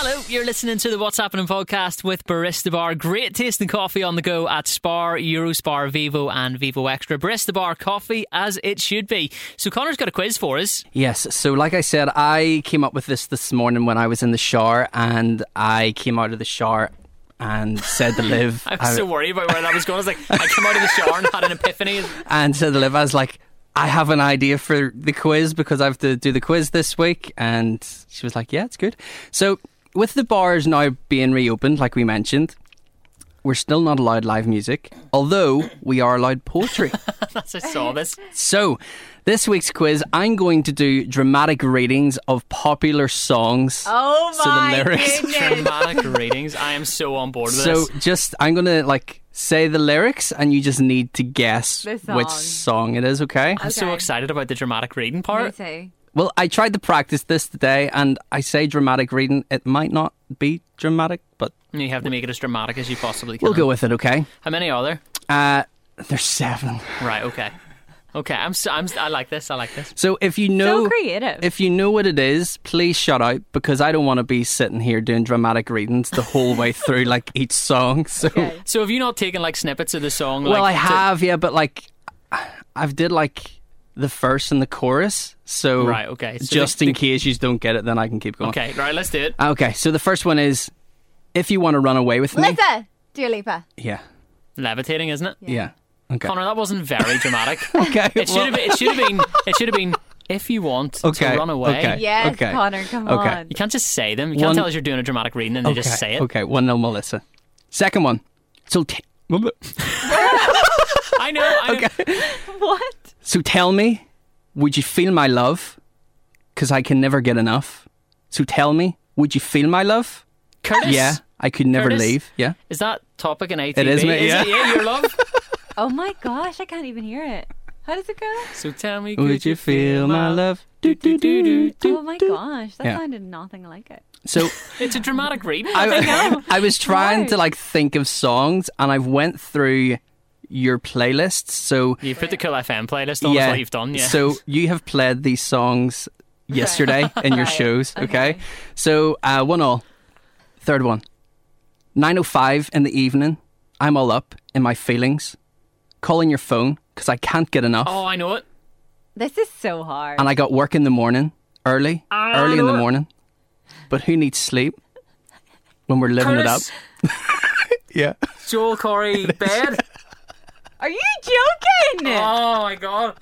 Hello, you're listening to the What's Happening podcast with Barista Bar. Great tasting coffee on the go at Spar, Eurospar, Vivo, and Vivo Extra. Barista Bar coffee as it should be. So Connor's got a quiz for us. Yes. So, like I said, I came up with this this morning when I was in the shower, and I came out of the shower and said to live. I was so worried about where that was going. I was like, I came out of the shower and had an epiphany. and said to live. I was like, I have an idea for the quiz because I have to do the quiz this week, and she was like, Yeah, it's good. So, with the bars now being reopened, like we mentioned. We're still not allowed live music, although we are allowed poetry. That's I saw this. So, this week's quiz, I'm going to do dramatic readings of popular songs. Oh So the my lyrics- goodness! Dramatic readings. I am so on board with So, this. just I'm going to like say the lyrics, and you just need to guess The song. which song it is. Okay? I'm so Okay. excited about the dramatic reading part. Me too. Well, I tried to practice this today, and I say dramatic reading. It might not be dramatic, but And you have to make it as dramatic as you possibly can. we'll go with it. Okay? How many are there? Uh, there's seven. Right. Okay. Okay. I'm. So, I'm. I like this. I like this. So if you know, so creative. if you know what it is, please shout out because I don't want to be sitting here doing dramatic readings the whole way through, like each song. So. Okay. So have you not taken like snippets of the song? well, I like, to- have, yeah, but like I've did like the verse and the chorus. So Right, okay. So just the- in the- case you don't get it, then I can keep going. Okay, right, let's do it. Okay. So the first one is, if you want to run away with me. Lisa, Dua Lipa. Yeah. Levitating, isn't it? Yeah. Okay. Connor, that wasn't very dramatic. okay. It should well- have been. It should have been. It should have been. If you want Okay, to run away, okay. Yes, Okay. Connor, come Okay. on. you can't just say them. You can't One- tell us you're doing a dramatic reading and they just say it. Okay, one nil Melissa. Second one. So t- I know. I know. What? so tell me, would you feel my love? Because I can never get enough. So tell me, would you feel my love? Curtis. Yeah, I could never Curtis? leave. Yeah. Is that topic in ATV? isn't it? Yeah. it? Yeah, your love. Oh my gosh, I can't even hear it. How does it go? So tell me, Would you feel my love? Do, do, do, do, Oh do, my do. gosh, that Yeah. sounded nothing like it. So It's a dramatic reading. I, I was trying Right. to like think of songs, and I've went through your playlists. So you put the Cool FM playlist on. That's what you've done. Yeah. So you have played these songs yesterday in your Right. shows. Okay. Okay. So uh, one all. Third one. 9.05 in the evening. I'm all up in my feelings. Calling your phone because I can't get enough. oh, I know it. This is so hard. And I got work in the morning. Early. early in the morning. But who needs sleep when we're living Curtis, it up? Yeah. Joel Corey, bed. Are you joking? Oh my god.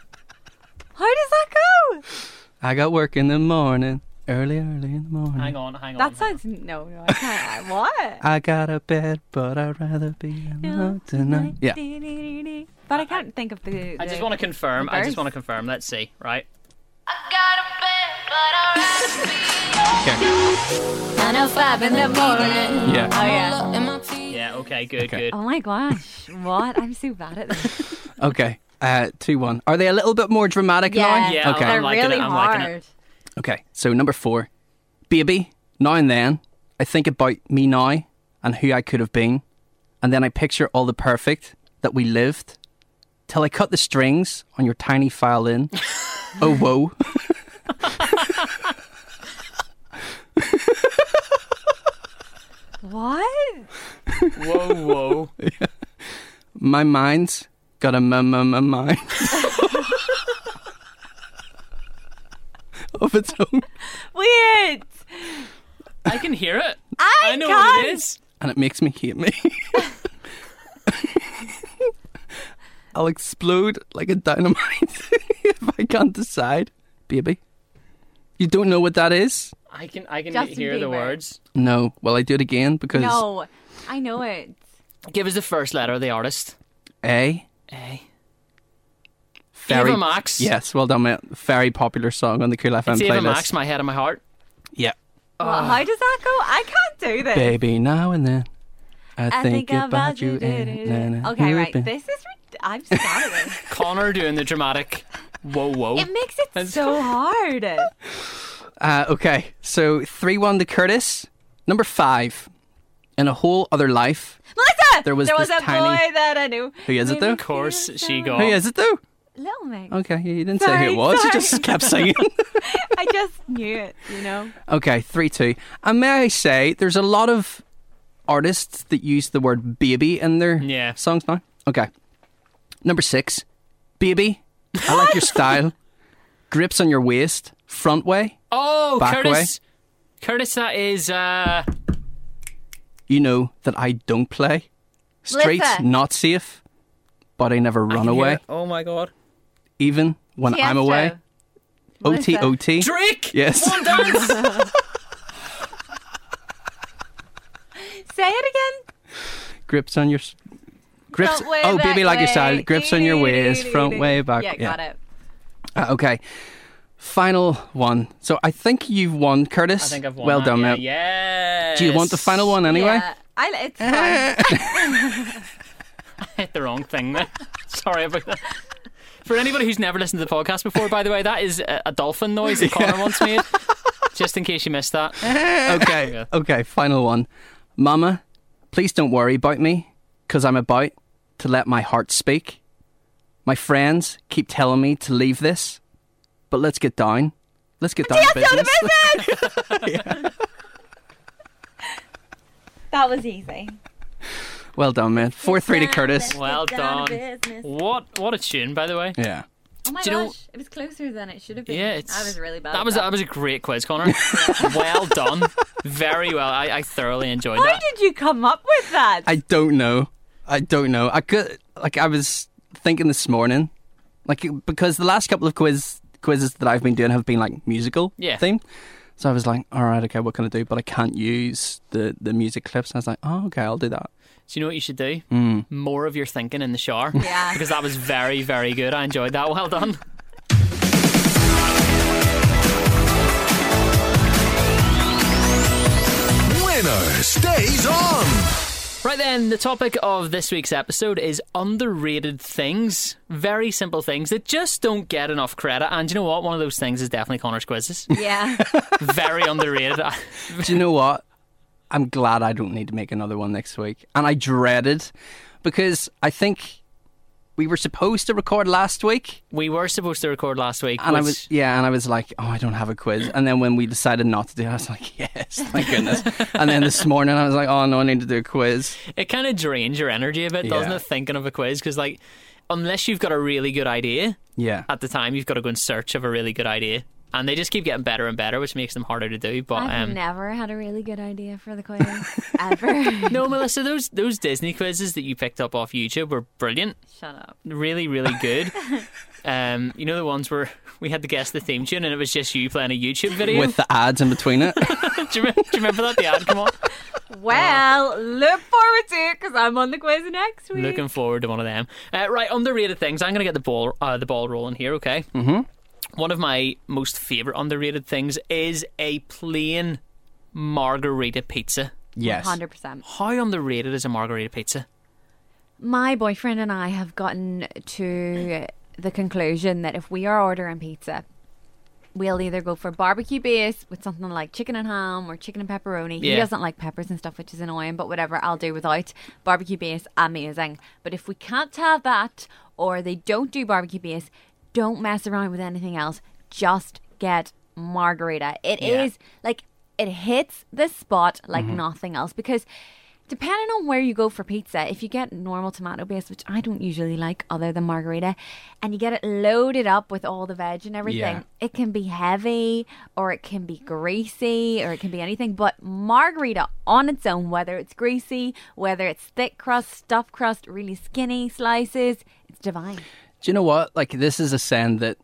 How does that go? I got work in the morning. Early, early in the morning. Hang on, hang on. That sounds no, no, I can't. I- what? I got a bed, but I'd rather be alone tonight. Yeah. But I can't think of the. I just want to confirm. I just want to confirm. Let's see. Right. oh in the morning. Yeah. Oh yeah. Yeah. Okay. Good. Okay. Good. Oh my gosh! What? I'm so bad at this. Okay. Uh, two one. Are they a little bit more dramatic now? Yeah, Okay. they're I'm liking it, really I'm hard. liking it. Okay. So number four, baby. Now and then, I think about me now and who I could have been, and then I picture all the perfect that we lived, till I cut the strings on your tiny violin. oh whoa. What? Whoa. Whoa. My mind's got a m- m- m- mind of its own, Weird. I can hear it. I, I know can't. what it is. and it makes me hate me. I'll explode like a dynamite if I can't decide, baby. You don't know what that is? I can. I can Justin hear the Bieber. words. No. Well, I do it again because No, I know it. Give us the first letter of the artist. a A. very Eva Max. Yes, well done, mate. Very popular song on the Cool FM It's playlist. Eva Max. My head and my heart. Yeah. Ah. Well, how does that go? I can't do this. Baby, now and then. I, I think, about you. and- and- da-da-da. and- Okay, right. This is. rid- I'm sad at this. Connor doing the dramatic. Whoa. Whoa. It makes it so hard. Uh, okay, so 3 1 to Curtis. Number five, in a whole other life. Melissa, There was this a tiny- boy that I knew. Who is it, though? of course, she got. Who is it, though? Little Mix. Okay, yeah, you didn't say Sorry, who it was. sorry. You just kept singing. I just knew it, you know. okay, 3 2. And may I say, there's a lot of artists that use the word baby in their Yeah. songs now. Okay. Number six, baby, I like your style. Grips on your waist, front way. Oh, Back Curtis. Curtis, that is. uh You know that I don't play. Streets Lisa. not safe, but I never run away. Oh my god. even when I'm Tiesto. away. O T Melissa. O T. Drake. Yes. One dance. Say it again. Grips on your. s- Grips. Front way, oh, back baby, like your way. style. Grips on your waist, front way, back. Yeah, got it. Uh, okay. Final one. So I think you've won, Curtis. I think I've won. Well that, done, yeah. mate. Yes. Do you want the final one anyway? Yeah, I, it's fine. hit the wrong thing there. Sorry about that. For anybody who's never listened to the podcast before, by the way, that is a, a dolphin noise that Connor once made. Just in case you missed that. Okay. okay. Final one. Mama, please don't worry about me, because I'm about to let my heart speak. My friends keep telling me to leave this, but let's get down. Let's get down to That's not business. the business. That was easy. Well done, man. Four three to Curtis. Well Down to done. business. What what a tune, by the way. Yeah. Oh my Do you gosh, know- it was closer than it should have been. Yeah, it's I was really bad. That at was that was a great quiz, Connor. well done, very well. I, I thoroughly enjoyed Why that. did you come up with that? I don't know. I don't know. I could like I was thinking this morning, like because the last couple of quiz quizzes that I've been doing have been like musical Yeah. themed. So I was like, all right, okay, what can I do? But I can't use the the music clips. And I was like, oh, okay, I'll do that. Do you know what you should do? Hmm. More of your thinking in the shower. Yeah. Because that was very, very good. I enjoyed that. Well done. Winner stays on. Right then, the topic of this week's episode is underrated things. Very simple things that just don't get enough credit. And do you know what? One of those things is definitely Connor's quizzes. yeah. very underrated. Do you know what? I'm glad I don't need to make another one next week. And I dreaded because I think we were supposed to record last week. We were supposed to record last week. And I which- was yeah, and I was like, oh, I don't have a quiz. And then when we decided not to do it, I was like, yes, thank goodness. and then this morning I was like, oh no, I need to do a quiz. It kind of drains your energy a bit, doesn't Yeah. it? Thinking of a quiz because, like, unless you've got a really good idea Yeah, at the time, you've got to go in search of a really good idea, and they just keep getting better and better, which makes them harder to do. But I've um, never had a really good idea for the quiz ever. no, Melissa, those those Disney quizzes that you picked up off YouTube were brilliant, Shut up. really, really good. um, you know the ones where we had to guess the theme tune, and it was just you playing a YouTube video. with the ads in between it. do, you remember, do you remember that? The ad, come on. Well, look forward to it because I'm on the quiz next week. Looking forward to one of them. Uh, right, underrated things. I'm going to get the ball uh, the ball rolling here. Okay. Mm-hmm. One of my most favorite underrated things is a plain margarita pizza. yes, 100%. How underrated is a margarita pizza? My boyfriend and I have gotten to the conclusion that if we are ordering pizza, we'll either go for barbecue base with something like chicken and ham or chicken and pepperoni. He Yeah. doesn't like peppers and stuff, which is annoying, but whatever, I'll do without. Barbecue base, amazing. But if we can't have that or they don't do barbecue base, don't mess around with anything else. Just get margarita. It is Yeah. like it hits the spot like nothing else because depending on where you go for pizza if you get normal tomato base which i don't usually like other than margarita and you get it loaded up with all the veg and everything Yeah. it can be heavy or it can be greasy or it can be anything but margarita on its own whether it's greasy whether it's thick crust stuffed crust really skinny slices it's divine Do you know what? Like this is a saying that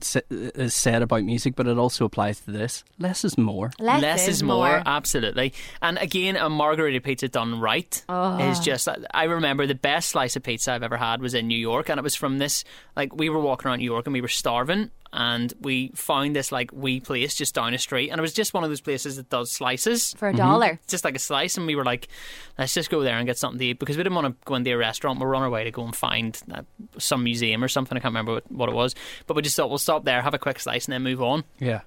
s- is said about music, but it also applies to this. Less is more. less, is, more. absolutely. And again, a margarita pizza done right is just. I remember the best slice of pizza I've ever had was in New York, and it was from this. Like we were walking around New York and we were starving, and we found this like wee place just down a street, and it was just one of those places that does slices. for a dollar just like a slice, and we were like, let's just go there and get something to eat because we didn't want to go into a restaurant. We were on our way to go and find uh, some museum or something. I can't remember what, what it was, but we just thought we'll stop there, have a quick slice, and then move on. Yeah.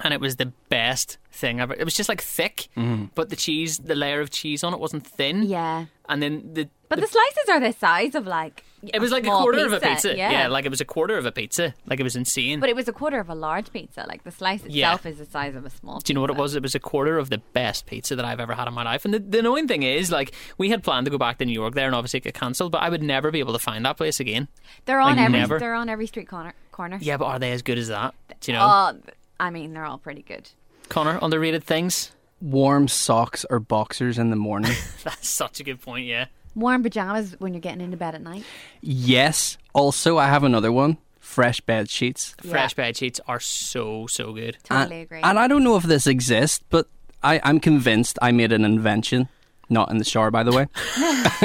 And it was the best thing ever. It was just like thick, but the cheese, the layer of cheese on it wasn't thin. yeah And then the. but the slices are the size of like it was like a small quarter of a pizza. like it was a quarter of a pizza. Like it was insane. But it was a quarter of a large pizza. Like the slice itself Yeah. is the size of a small. Do you know what it pizza. was? It was a quarter of the best pizza that I've ever had in my life. And the, the annoying thing is, like, we had planned to go back to New York there, and obviously it got cancelled. But I would never be able to find that place again. They're on Like, every. never. They're on every street corner. Corner. Yeah, but are they as good as that? Do you know, Uh, I mean, they're all pretty good. Connor? Underrated things. Warm socks or boxers in the morning. That's such a good point. Yeah. Warm pajamas when you're getting into bed at night. yes. Also, I have another one. Fresh bed sheets. Fresh bed sheets are so so good. Totally agree. And I don't know if this exists, but I, I'm convinced I made an invention. Not in the shower, by the way.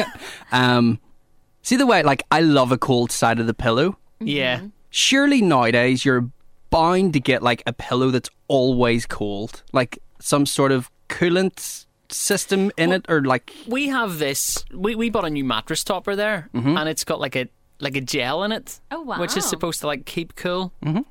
um, see the way, like, I love a cold side of the pillow. Mm-hmm. Yeah. Surely nowadays you're bound to get, like, a pillow that's always cold. Like, some sort of coolant system in it, or, like, We have this. We, we bought a new mattress topper there, Mm-hmm. and it's got like a like a gel in it. Oh, Which is wow. supposed to like keep cool. And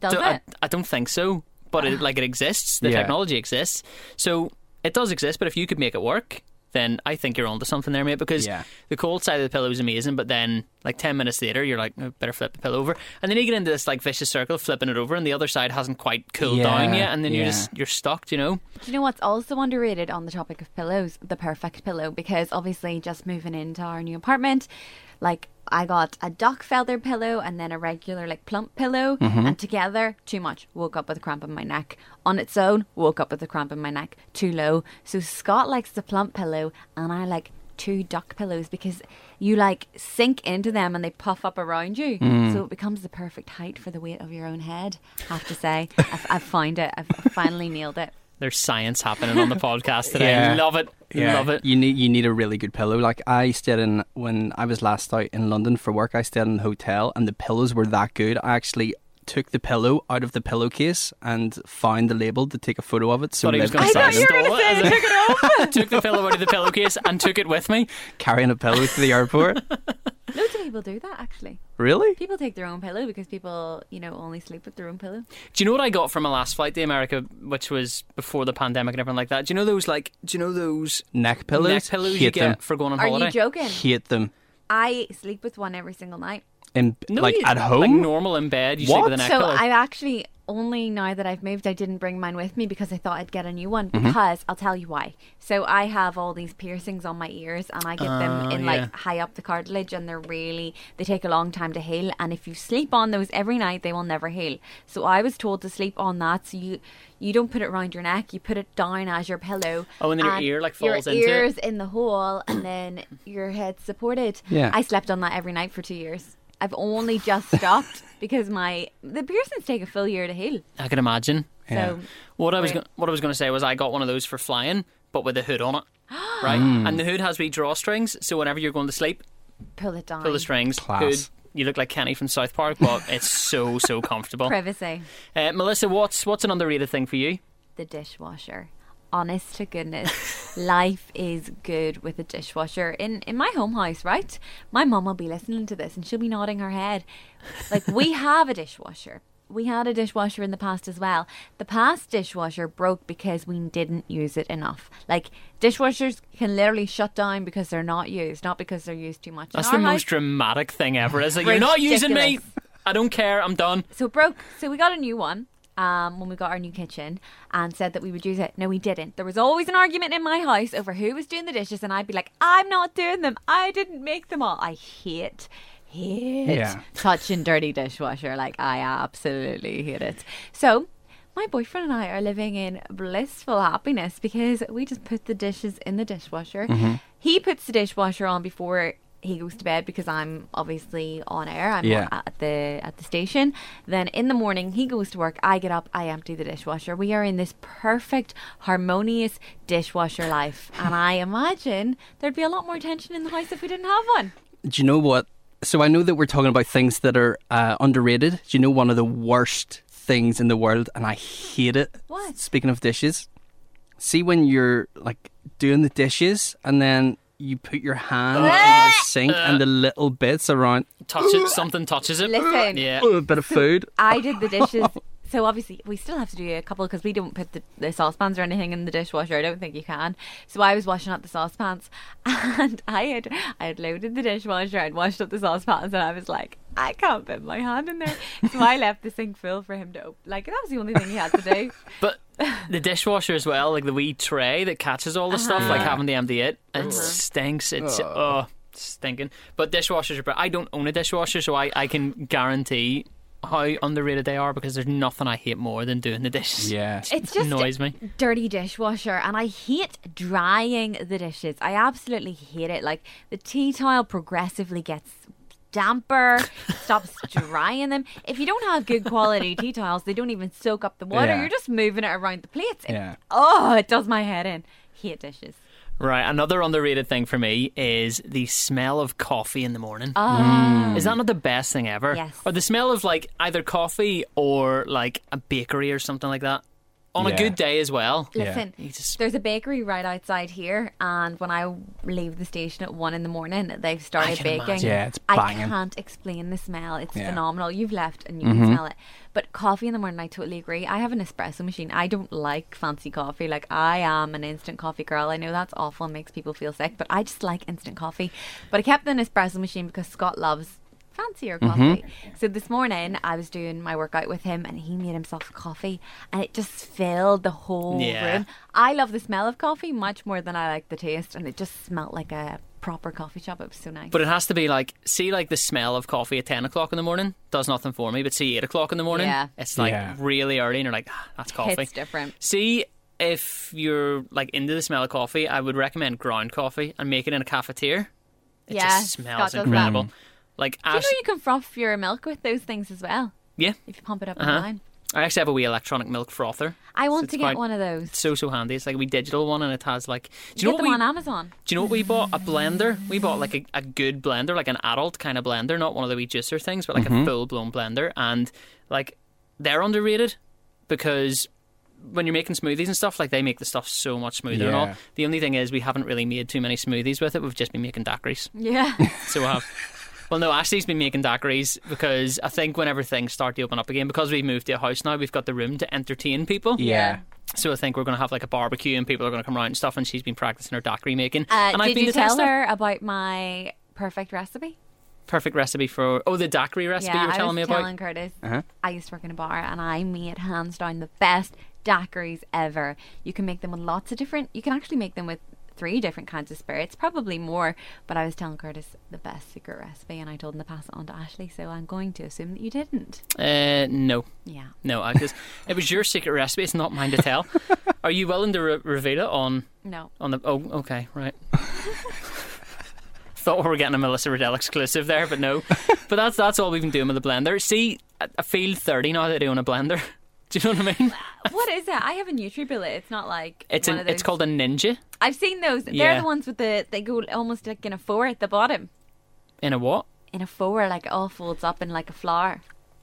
does Do- I, it? Ah. I don't think so, but it, like it exists. The Yeah. technology exists, so it does exist. But if you could make it work, then I think you're onto something there, mate. Because Yeah. the cold side of the pillow is amazing, but then Like 10 minutes later, you're like, "Oh, better flip the pill over. And then you get into this like vicious circle, of flipping it over, and the other side hasn't quite cooled Yeah, down yet. And then you're yeah. just, you're stuck, do you know? Do you know what's also underrated on the topic of pillows? The perfect pillow, because obviously, just moving into our new apartment, like I got a duck feather pillow and then a regular like plump pillow, and together, too much. Woke up with a cramp in my neck. On its own, woke up with a cramp in my neck. Too low. So Scott likes the plump pillow, and I like two duck pillows because you like sink into them and they puff up around you so it becomes the perfect height for the weight of your own head i have to say i've, I've found it i've finally nailed it There's science happening on the podcast today. Yeah. Love it. Love it. You need you need a really good pillow. Like I stayed in when I was last out in London for work. I stayed in a hotel, and the pillows were that good. I actually took the pillow out of the pillowcase and found the label to take a photo of it. So Thought he was Liv gonna could say sign you it. stole it. as a- took the pillow out of the pillowcase and took it with me. carrying a pillow to the airport. Loads of people do that actually. really? People take their own pillow because people, you know, only sleep with their own pillow. Do you know what I got from my last flight to America, which was before the pandemic and everything like that? Do you know those like? Do you know those Neck pillows. neck pillows Hate you get them. for going on Are holiday? you joking? Hate them. I sleep with one every single night. In No, like you- at home. like normal in bed, you sleep What? with a neck so pillow. I actually only now that I've moved, I didn't bring mine with me because I thought I'd get a new one. Mm-hmm. Because I'll tell you why. So I have all these piercings on my ears, and I get Oh, them in like high up the cartilage, and they're really they take a long time to heal. And if you sleep on those every night, they will never heal. So I was told to sleep on that. So you you don't put it around your neck, you put it down as your pillow. Oh, and then your ear, like, falls into your it. ears in the hole, and then your head supported. Yeah. I slept on that every night for two years. I've only just stopped because my the piercings take a full year to heal. I can imagine. Yeah. So What I was Right. go- what I was going to say was I got one of those for flying, but with a hood on it, right? Hmm. And the hood has wee drawstrings, so whenever you're going to sleep, pull it down. pull the strings. Class. Hood, you look like Kenny from South Park, but it's so so comfortable. Privacy. Uh, Melissa, what's what's an underrated thing for you? The dishwasher. Honest to goodness, life is good with a dishwasher. In in my home house, right? My mum will be listening to this and she'll be nodding her head. Like we have a dishwasher. We had a dishwasher in the past as well. The past dishwasher broke because we didn't use it enough. Like dishwashers can literally shut down because they're not used, not because they're used too much. In That's our the house- most dramatic thing ever. Is that you're not using me? Ridiculous. I don't care. I'm done. So it broke. So we got a new one um, when we got our new kitchen and said that we would use it. No, we didn't. There was always an argument in my house over who was doing the dishes, and I'd be like, I'm not doing them. I didn't make them all. I hate. Hate Yeah. touching dirty dishwasher. Like, I absolutely hate it. So, my boyfriend and I are living in blissful happiness because we just put the dishes in the dishwasher. He puts the dishwasher on before he goes to bed because I'm obviously on air. I'm Yeah. at the at the station. Then in the morning he goes to work. I get up. I empty the dishwasher. We are in this perfect harmonious dishwasher life, and I imagine there'd be a lot more tension in the house if we didn't have one. Do you know what? So I know that we're talking about things that are uh, underrated. Do you know one of the worst things in the world, and I hate it. What? Speaking of dishes, see when you're like doing the dishes, and then you put your hand into the sink, and the little bits around Touch it. Something touches it. Listen. Yeah. oh, a bit of food. I did the dishes. So obviously we still have to do a couple because we don't put the, the saucepans or anything in the dishwasher. I don't think you can. So I was washing up the saucepans, and I had I had loaded the dishwasher. I'd washed up the saucepans, and I was like, I can't put my hand in there. So I left the sink full for him to open. Like that was the only thing he had to do. But the dishwasher as well, like the wee tray that catches all the stuff, Uh-huh. like having to empty it, it stinks. It's oh, stinking. But dishwashers are. br- I don't own a dishwasher, so I, I can guarantee how underrated they are because there's nothing I hate more than doing the dishes. Yeah. It's just annoys me. dirty dishwasher and I hate drying the dishes. I absolutely hate it. Like the tea towel progressively gets damper, stops drying them. If you don't have good quality tea towels, they don't even soak up the water. Yeah. You're just moving it around the plates. It- Yeah. Oh, it does my head in. Hate dishes. Right. Another underrated thing for me is the smell of coffee in the morning. Mm. Ah. Is that not the best thing ever? Yes. Or the smell of like either coffee or like a bakery or something like that. on a Yeah. good day as well. Listen, You just- there's a bakery right outside here, and when I leave the station at one in the morning, they've started can baking. imagine. Yeah, it's I banging. can't explain the smell. It's Yeah. Mm-hmm. phenomenal. You've left and you can smell it. But coffee in the morning, I totally agree. I have an espresso machine. I don't like fancy coffee. Like I am an instant coffee girl. I know that's awful and makes people feel sick, but I just like instant coffee. But I kept an espresso machine because Scott loves fancier Mm-hmm. coffee. So this morning I was doing my workout with him and he made himself coffee and it just filled the whole Yeah. room. I love the smell of coffee much more than I like the taste and it just smelled like a proper coffee shop. It was so nice. But it has to be like, see, like the smell of coffee at 10 o'clock in the morning does nothing for me, but see, 8 o'clock in the morning, Yeah. it's like Yeah. really early and you're like, ah, that's coffee. it's different. See, if you're like into the smell of coffee, I would recommend ground coffee and make it in a cafetiere. It Yeah, just smells Scott does incredible. that. Like, Do you Ash- know you can froth your milk with those things as well yeah, if you pump it up Uh-huh. and down? I actually have a wee electronic milk frother. I want it's to get quite- one of those. It's so so handy. It's like a wee digital one, and it has like. Do you Get know what them we? on Amazon. Do you know what we bought? A blender. We bought like a, a good blender, like an adult kind of blender, not one of the wee juicer things, but like Mm-hmm. a full blown blender. And like they're underrated because when you're making smoothies and stuff, like they make the stuff so much smoother and all. Yeah. The only thing is we haven't really made too many smoothies with it. We've just been making daiquiris. Yeah. So we have. Well, no, Ashley's been making daiquiris because I think whenever things start to open up again, because we've moved to a house now, we've got the room to entertain people. Yeah. So I think we're going to have like a barbecue and people are going to come around and stuff. And she's been practicing her daiquiri making. Uh, and did you to tell test her. her about my perfect recipe? perfect recipe for oh the daiquiri recipe you were I telling me was about. telling Curtis. I used to work in a bar, and I made hands down the best daiquiris ever. You can make them with lots of different. You can actually make them with three different kinds of spirits, probably more. But I was telling Curtis the best secret recipe, and I told him to pass it on to Ashley. So I'm going to assume that you didn't. Uh, no, Yeah. no, I just it was your secret recipe. It's not mine to tell. Are you willing to re- reveal it on No. on the? Oh, okay, right. Thought we were getting a Melissa Riddell exclusive there, but no. But that's that's all we've been doing with the blender. See, I I feel thirty now that I own a blender. Do you know what I mean? What is it? I have a NutriBullet. It's not like It's one an, of those- it's called a ninja I've seen those. Yeah. They're the ones with the they go almost like in a four at the bottom. in a what? In a four, like it all folds up in like a flower.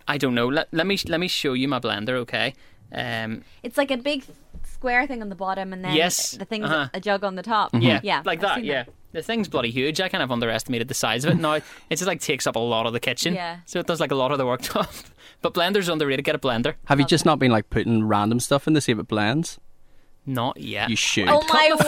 I don't know. Let, let me let me show you my blender, okay? Um, It's like a big square thing on the bottom, and then Yes, the thing's uh-huh. a jug on the top. Yeah, Hmm. yeah, like I've that. seen Yeah, the thing's bloody huge. I kind of underestimated the size of it. Now it just like takes up a lot of the kitchen. Yeah. So it does like a lot of the work job. But blender's underrated. Get a blender. Have you just not been like putting random stuff in to see if it blends? Not yet. You should. Oh my Cut the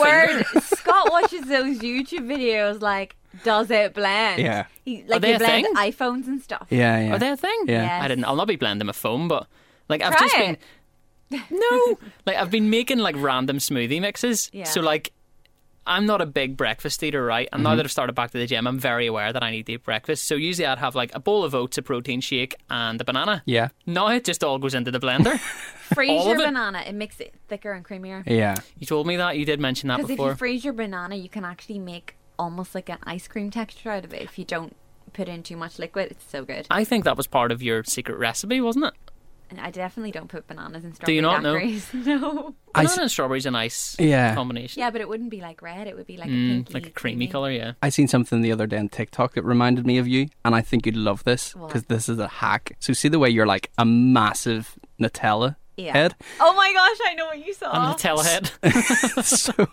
word! Scott watches those YouTube videos. Like, does it blend? Yeah. He, like they they a blend thing? iPhones and stuff. yeah, yeah. Are they a thing? Yeah. Yes. I didn't. I'll not be blending my phone, but like I've Try just it. been. No, like I've been making like random smoothie mixes. Yeah. So like. I'm not a big breakfast eater, right? And Mm-hmm. now that I've started back to the gym, I'm very aware that I need to eat breakfast. So usually I'd have like a bowl of oats, a protein shake, and a banana. Yeah. Now it just all goes into the blender. Freeze All your of it? banana; it makes it thicker and creamier. Yeah. You told me that. You did mention that Because if you before. freeze your banana, you can actually make almost like an ice cream texture out of it. If you don't put in too much liquid, it's so good. I think that was part of your secret recipe, wasn't it? And I definitely don't put bananas in you strawberry not know? daiquiris. no. Banana s- and strawberries and ice Yeah. combination. Yeah, but it wouldn't be like red. It would be like a Mm, pinky, like a creamy colour, yeah. I seen something the other day on TikTok that reminded me of you, and I think you'd love this because What? this is a hack. So see the way you're like a massive Nutella Yeah. head. Oh my gosh, I know what you saw. On the tail head. so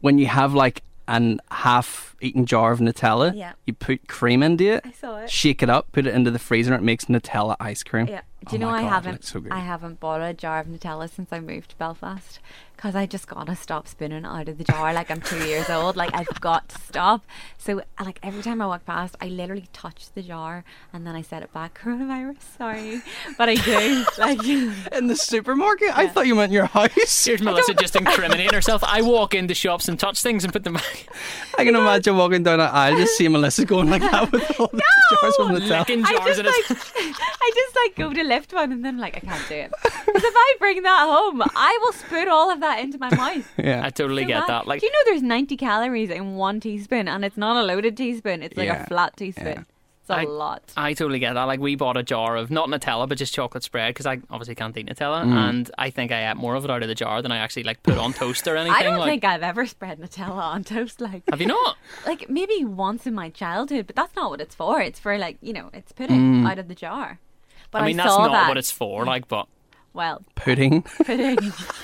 when you have like an half-eaten jar of Nutella, Yeah. you put cream into it, I saw it. shake it up, put it into the freezer, and it makes Nutella ice cream. Yeah. Do you Oh know my I God, it haven't looks so good. I haven't bought a jar of Nutella since I moved to Belfast because I just gotta stop spinning out of the jar like I'm two years old. Like I've got to stop. So uh, like every time I walk past, I literally touch the jar and then I set it back. Coronavirus, sorry, but I do. Like In the supermarket? I thought you meant your house. Here's Melissa just incriminating herself. I walk into shops and touch things and put them back. I can imagine walking down an aisle, just seeing Melissa going like that with all the jars of Nutella. Licking I jars just in like it. I just like go to lift one and then like I can't do it because if I bring that home, I will spit all of that into my mouth. Yeah. I totally So get bad. that. Like do you know there's 90 calories in one teaspoon, and it's not a loaded teaspoon; it's like Yeah. a flat teaspoon. Yeah. It's a I- lot. I totally get that. Like we bought a jar of not Nutella, but just chocolate spread because I obviously can't eat Nutella, Mm. and I think I ate more of it out of the jar than I actually like put on toast or anything. I don't like, think I've ever spread Nutella on toast. Like, have you not? like maybe once in my childhood, but that's not what it's Mm. for. It's for like you know, it's pudding out of the jar. But I mean, that's saw not that. what it's for. Like, but Well, pudding. pudding.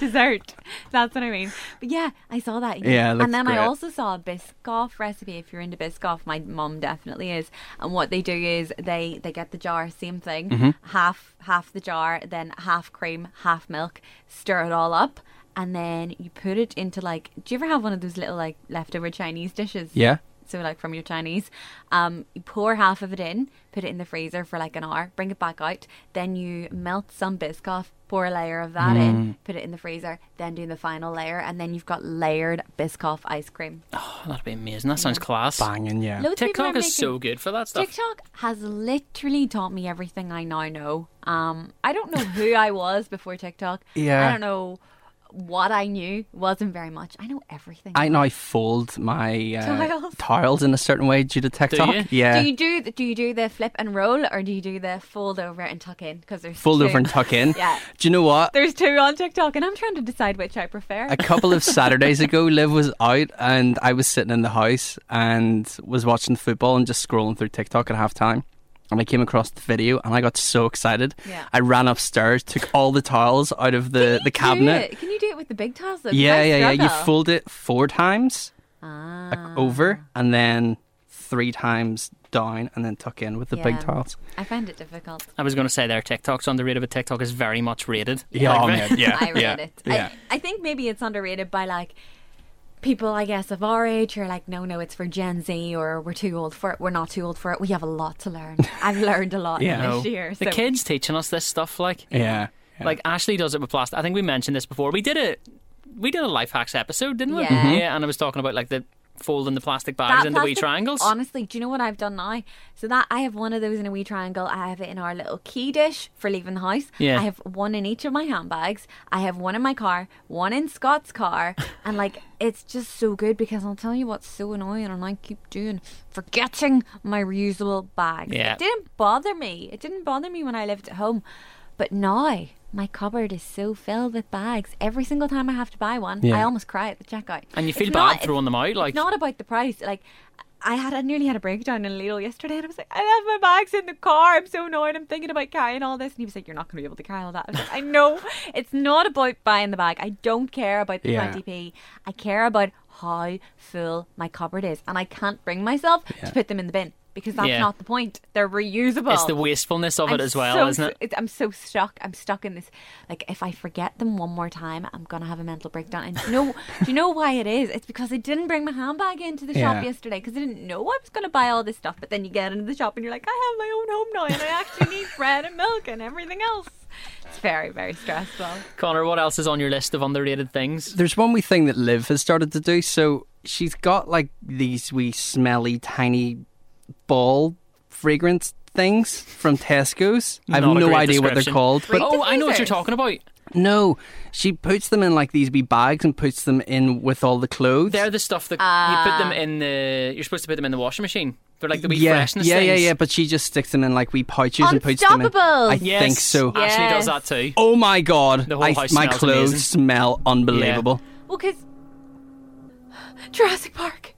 Dessert. That's what I mean. But yeah, I saw that. Yeah, it looks and then great. I also saw a biscoff recipe. If you're into biscoff, my mom definitely is. And what they do is they they get the jar, same thing, Mm-hmm. half half the jar, then half cream, half milk. Stir it all up, and then you put it into like. Do you ever have one of those little like leftover Chinese dishes? Yeah. so like from your Chinese. Um, you pour half of it in, put it in the freezer for like an hour, bring it back out. Then you melt some Biscoff, pour a layer of that Mm. in, put it in the freezer, then do the final layer, and then you've got layered Biscoff ice cream. Oh, that'd be amazing. That sounds class. Banging, yeah. Loads of people are TikTok is making- so good for that stuff. TikTok has literally taught me everything I now know. Um, I don't know who I was before TikTok. Yeah. I don't know what I knew. Wasn't very much. I know everything. I now fold my uh, Tiles. tiles in a certain way due to TikTok. you? Yeah. Do you do the, do you do the flip and roll or do you do the fold over and tuck in? Because there's fold two. over and tuck in. Yeah. Do you know what? There's two on TikTok, and I'm trying to decide which I prefer. a couple of Saturdays ago, Liv was out and I was sitting in the house and was watching football and just scrolling through TikTok at halftime. And I came across the video and I got so excited. Yeah. I ran upstairs, took all the tiles out of the, the cabinet. Do it. Can you do it with the big tiles? Though? Yeah, I yeah, yeah. You struggle. fold it four times Ah. like, over and then three times down and then tuck in with the big Yeah. tiles. I find it difficult. I was going to say there, TikTok's underrated, but TikTok is very much rated. Yeah, Like, oh, ve- man. yeah. I read yeah, it. Yeah. I, I think maybe it's underrated by like people, I guess, of our age who are like, no, no, it's for Gen Z, or we're too old for it. We're not too old for it. We have a lot to learn. I've learned a lot Yeah. No. this year. The so- kids teaching us this stuff, like yeah. yeah. like Ashley does it with plastic. I think we mentioned this before. We did it. We did a life hacks episode, didn't we? Yeah. Mhm. yeah and I was talking about like the folding the plastic bags into wee plastic- triangles. Honestly, do you know what I've done now? So that I have one of those in a wee triangle. I have it in our little key dish for leaving the house. Yeah. I have one in each of my handbags. I have one in my car, one in Scott's car, and like it's just so good because I'll tell you what's so annoying, and I keep doing forgetting my reusable bags. Yeah. It didn't bother me. It didn't bother me when I lived at home, but now. My cupboard is so filled with bags. Every single time I have to buy one, Yeah. I almost cry at the checkout. and you It's feel not- bad throwing them out. Like it's not about the price. Like I had, I nearly had a breakdown in Lidl yesterday, and I was like, I left my bags in the car. I'm so annoyed. I'm thinking about carrying all this, and he was like, You're not going to be able to carry all that. I was like, I know. It's not about buying the bag. I don't care about the Yeah. twenty p. I care about how full my cupboard is, and I can't bring myself Yeah. to put them in the bin because that's Yeah. not the point. They're reusable. it's the wastefulness of it I'm as well, so isn't stu- it? it's- I'm so stuck. I'm stuck in this. Like, if I forget them one more time, I'm gonna have a mental breakdown. And do you know, do you know why it is? It's because I didn't bring my handbag into the Yeah. shop yesterday because I didn't know I was gonna buy all this stuff. But then you get into the shop and you're like, I have my own home now, and I actually need bread and milk and everything else. It's very, very stressful. Connor, what else is on your list of underrated things? there's one wee thing that Liv has started to do. So she's got like these wee smelly tiny ball fragrance things from Tesco's. I have Not a no great idea what they're description. called, but oh, I know what you're diffusers. talking about. no, she puts them in like these wee bags and puts them in with all the clothes. They're the stuff that you put them in the. You're supposed to put them in the washing machine. They're like the wee yeah, freshness yeah, yeah, things. yeah. But she just sticks them in like wee pouches and puts them in. Unstoppables! I Yes, think so. Ashley does Yes. that too. Oh my god! The whole I- house my smells clothes amazing. smell unbelievable. Well, because Jurassic Park.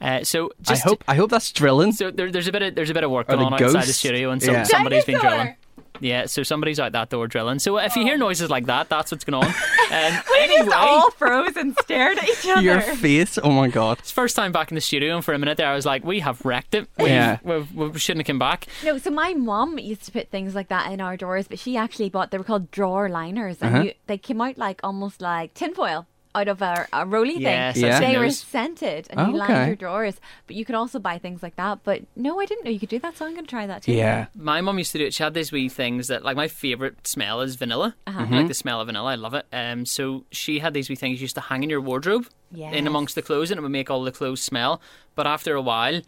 Uh, so I just hope I hope that's drilling. So there, there's a bit of there's a bit of work Are going on they outside the ghosts? studio, and some, Yeah. somebody's been Dinosaur! drilling. Yeah, so somebody's out that door drilling. So if you hear noises like that, that's what's going on. Um, Oh. We anyway, just all froze and stared at each other. Your face, oh my god! it's first time back in the studio, and for a minute there, I was like, "We have wrecked it. We, Yeah. we, we shouldn't have come back." No, so my mom used to put things like that in our drawers, but she actually bought they were called drawer liners, and Uh-huh. you, they came out like almost like tinfoil out of a, a roly Yes, thing. I've Yeah. seen They were those. scented, and Oh, you lined okay. your drawers. But you could also buy things like that. But no, I didn't know you could do that, so I'm going to try that too. Yeah, My mum used to do it. She had these wee things that, like, my favourite smell is vanilla. Uh-huh. I Mm-hmm. like the smell of vanilla. I love it. Um, so she had these wee things you used to hang in your wardrobe, in Yes. amongst the clothes, and it would make all the clothes smell. But after a while,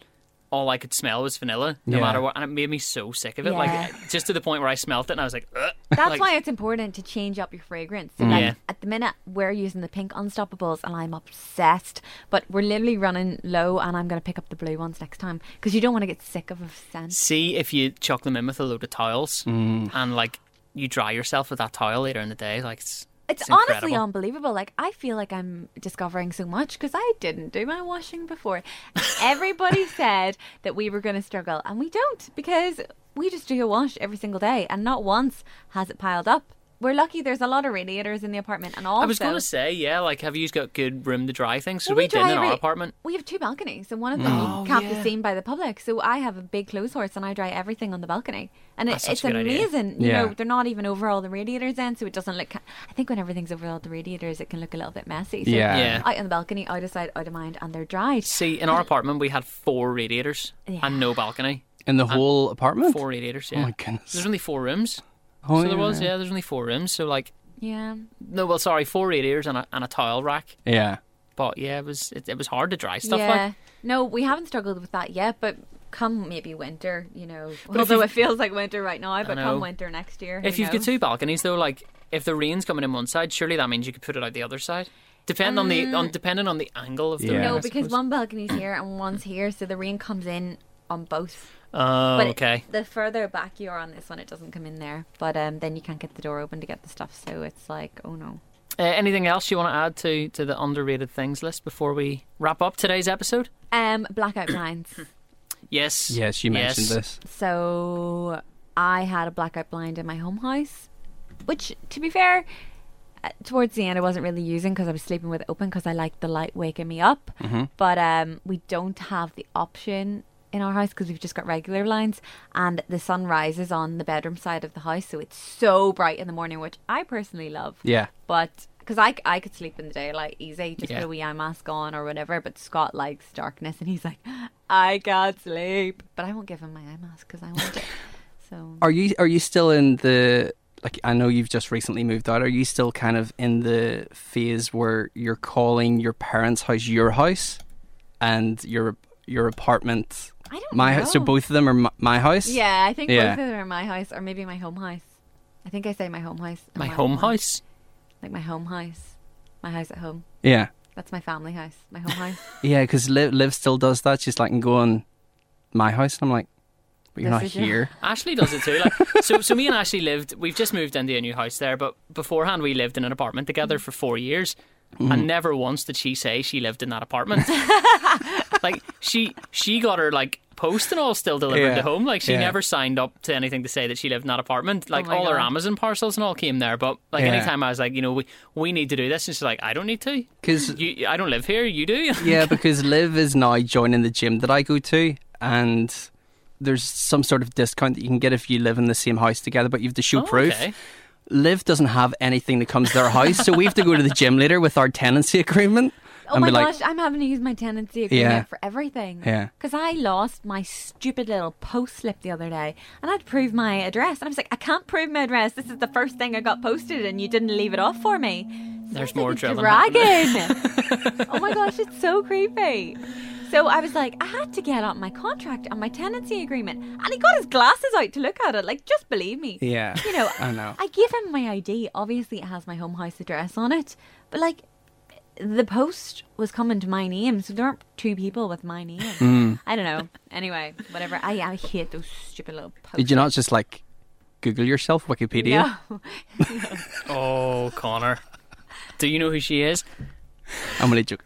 all I could smell was vanilla, no Yeah. matter what, and it made me so sick of it. Yeah. Like, just to the point where I smelt it, and I was like, Ugh. That's Like, why it's important to change up your fragrance. Mm. So like Yeah. at the minute we're using the pink unstoppables and I'm obsessed, but we're literally running low and I'm going to pick up the blue ones next time because you don't want to get sick of a scent. See if you Mm. chuck them in with a load of towels, and like you dry yourself with that towel later in the day. Like, it's, It's, It's honestly incredible. unbelievable. Like I feel like I'm discovering so much because I didn't do my washing before. Everybody said that we were going to struggle, and we don't because we just do a wash every single day, and not once has it piled up. We're lucky. There's a lot of radiators in the apartment, and also I was going to say, yeah, like, have you got good room to dry things? So Well, we, did dry in our every- apartment. Mm. We have two balconies, and one of them can't be seen by the public. So I have a big clothes horse, and I dry everything on the balcony, and it, That's such it's a good idea. amazing. You Yeah. know, they're not even over all the radiators then, so it doesn't look. I think when everything's over all the radiators, it can look a little bit messy. So Yeah. Yeah. Out on the balcony, out of sight, out of mind, and they're dried. See, in our apartment, we had four radiators Yeah. and no balcony. in Uh, the whole apartment. Four radiators, yeah. Oh my goodness. There's only four rooms. Oh, so there was, yeah. yeah, there's only four rooms. So, like, Yeah. no, well, sorry, four radiators and a, and a tile rack. Yeah. But yeah, it was it, it was hard to dry stuff yeah. like. No, we haven't struggled with that yet, but come maybe winter, you know. if Although you've- it feels like winter right now, but know. come winter next year. If who you've got knows? two balconies though, like if the rain's coming in one side, surely that means you could put it out the other side. Depend on the on depending on the angle of the Yeah. rain. No, I Mm. No, because suppose. one balcony's here and one's here, so the rain comes in on both. Oh, But it- okay. the further back you are on this one, it doesn't come in there. But um, then you can't get the door open to get the stuff, so it's like, oh no. Uh, anything else you want to add to to the underrated things list before we wrap up today's episode? Um, blackout blinds. Yes. Yes, you mentioned Yes. this. So I had a blackout blind in my home house, which, to be fair, uh, towards the end I wasn't really using because I was sleeping with it open because I liked the light waking me up. But um, we don't have the option in our house because we've just got regular blinds, and the sun rises on the bedroom side of the house, so it's so bright in the morning, which I personally love. Yeah. But because I, c- I could sleep in the daylight easy, just put Yeah. a wee eye mask on or whatever. But Scott likes darkness, and he's like, I can't sleep. But I won't give him my eye mask because I want it. So Are you are you still in the like I know you've just recently moved out. Are you still kind of in the phase where you're calling your parents' house your house and your your apartment I don't my know. house? So both of them are my, my house? Yeah, I think Yeah. both of them are my house, or maybe my home house. I think I say my home house. and My home house. like my home house, my house at home. Yeah. That's my family house, my home house. Yeah, because Liv, Liv still does that. She's like, and go on my house. And I'm like, but you're This not is your- here. Ashley does it too. Like, so, so me and Ashley lived. We've just moved into a new house there, but beforehand we lived in an apartment together for four years, Mm. and never once did she say she lived in that apartment. like she, she got her like post and all still delivered Yeah. to home. Like she Yeah. never signed up to anything to say that she lived in that apartment. Like Oh my all her God. Amazon parcels and all came there. But like Yeah. anytime I was like, you know, we we need to do this, and she's like, I don't need to. 'Cause- you, I don't live here. You do. Yeah, because Liv is now joining the gym that I go to, and there's some sort of discount that you can get if you live in the same house together, but you have to show Oh, proof. okay. Liv doesn't have anything that comes to their house, so we have to go to the gym later with our tenancy agreement. Oh my gosh, I'm having to use my tenancy agreement Yeah. for everything. Yeah. Because I lost my stupid little post slip the other day and I'd prove my address. And I was like, I can't prove my address. This is the first thing I got posted and you didn't leave it off for me. So There's it's more like a drilling Dragon. oh my gosh, it's so creepy. So I was like, I had to get out my contract and my tenancy agreement. And he got his glasses out to look at it. Like, just believe me. Yeah. Uh-huh. You know, I know. I give him my ID. Obviously, it has my home house address on it, but like the post was coming to my name, so there aren't two people with my name. Hmm. I don't know. Anyway, whatever. I, I hate those stupid little posts. Did you not just like Google yourself Wikipedia? No. Oh, Connor. Do you know who she is? I'm only joking.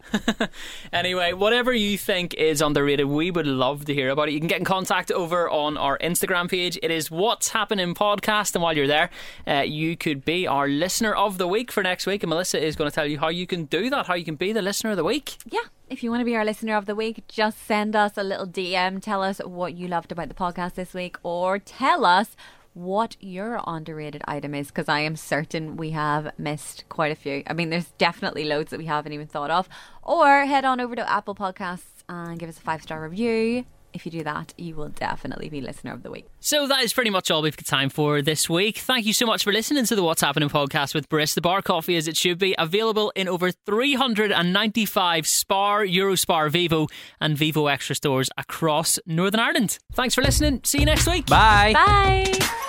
Anyway, whatever you think is underrated, we would love to hear about it. You can get in contact over on our Instagram page. It is What's Happening Podcast. And while you're there, uh, you could be our listener of the week for next week. And Melissa is going to tell you how you can do that, how you can be the listener of the week. yeah, if you want to be our listener of the week, just send us a little DM. Tell us what you loved about the podcast this week, or tell us what your underrated item is, because I am certain we have missed quite a few. I mean, there's definitely loads that we haven't even thought of. Or head on over to Apple Podcasts and give us a five star review. If you do that, you will definitely be listener of the week. So that is pretty much all we've got time for this week. Thank you so much for listening to the What's Happening podcast with Briss. The bar coffee, as it should be, available in over 395 Spar, Eurospar, Vivo, and Vivo Extra stores across Northern Ireland. Thanks for listening. See you next week. Bye. Bye.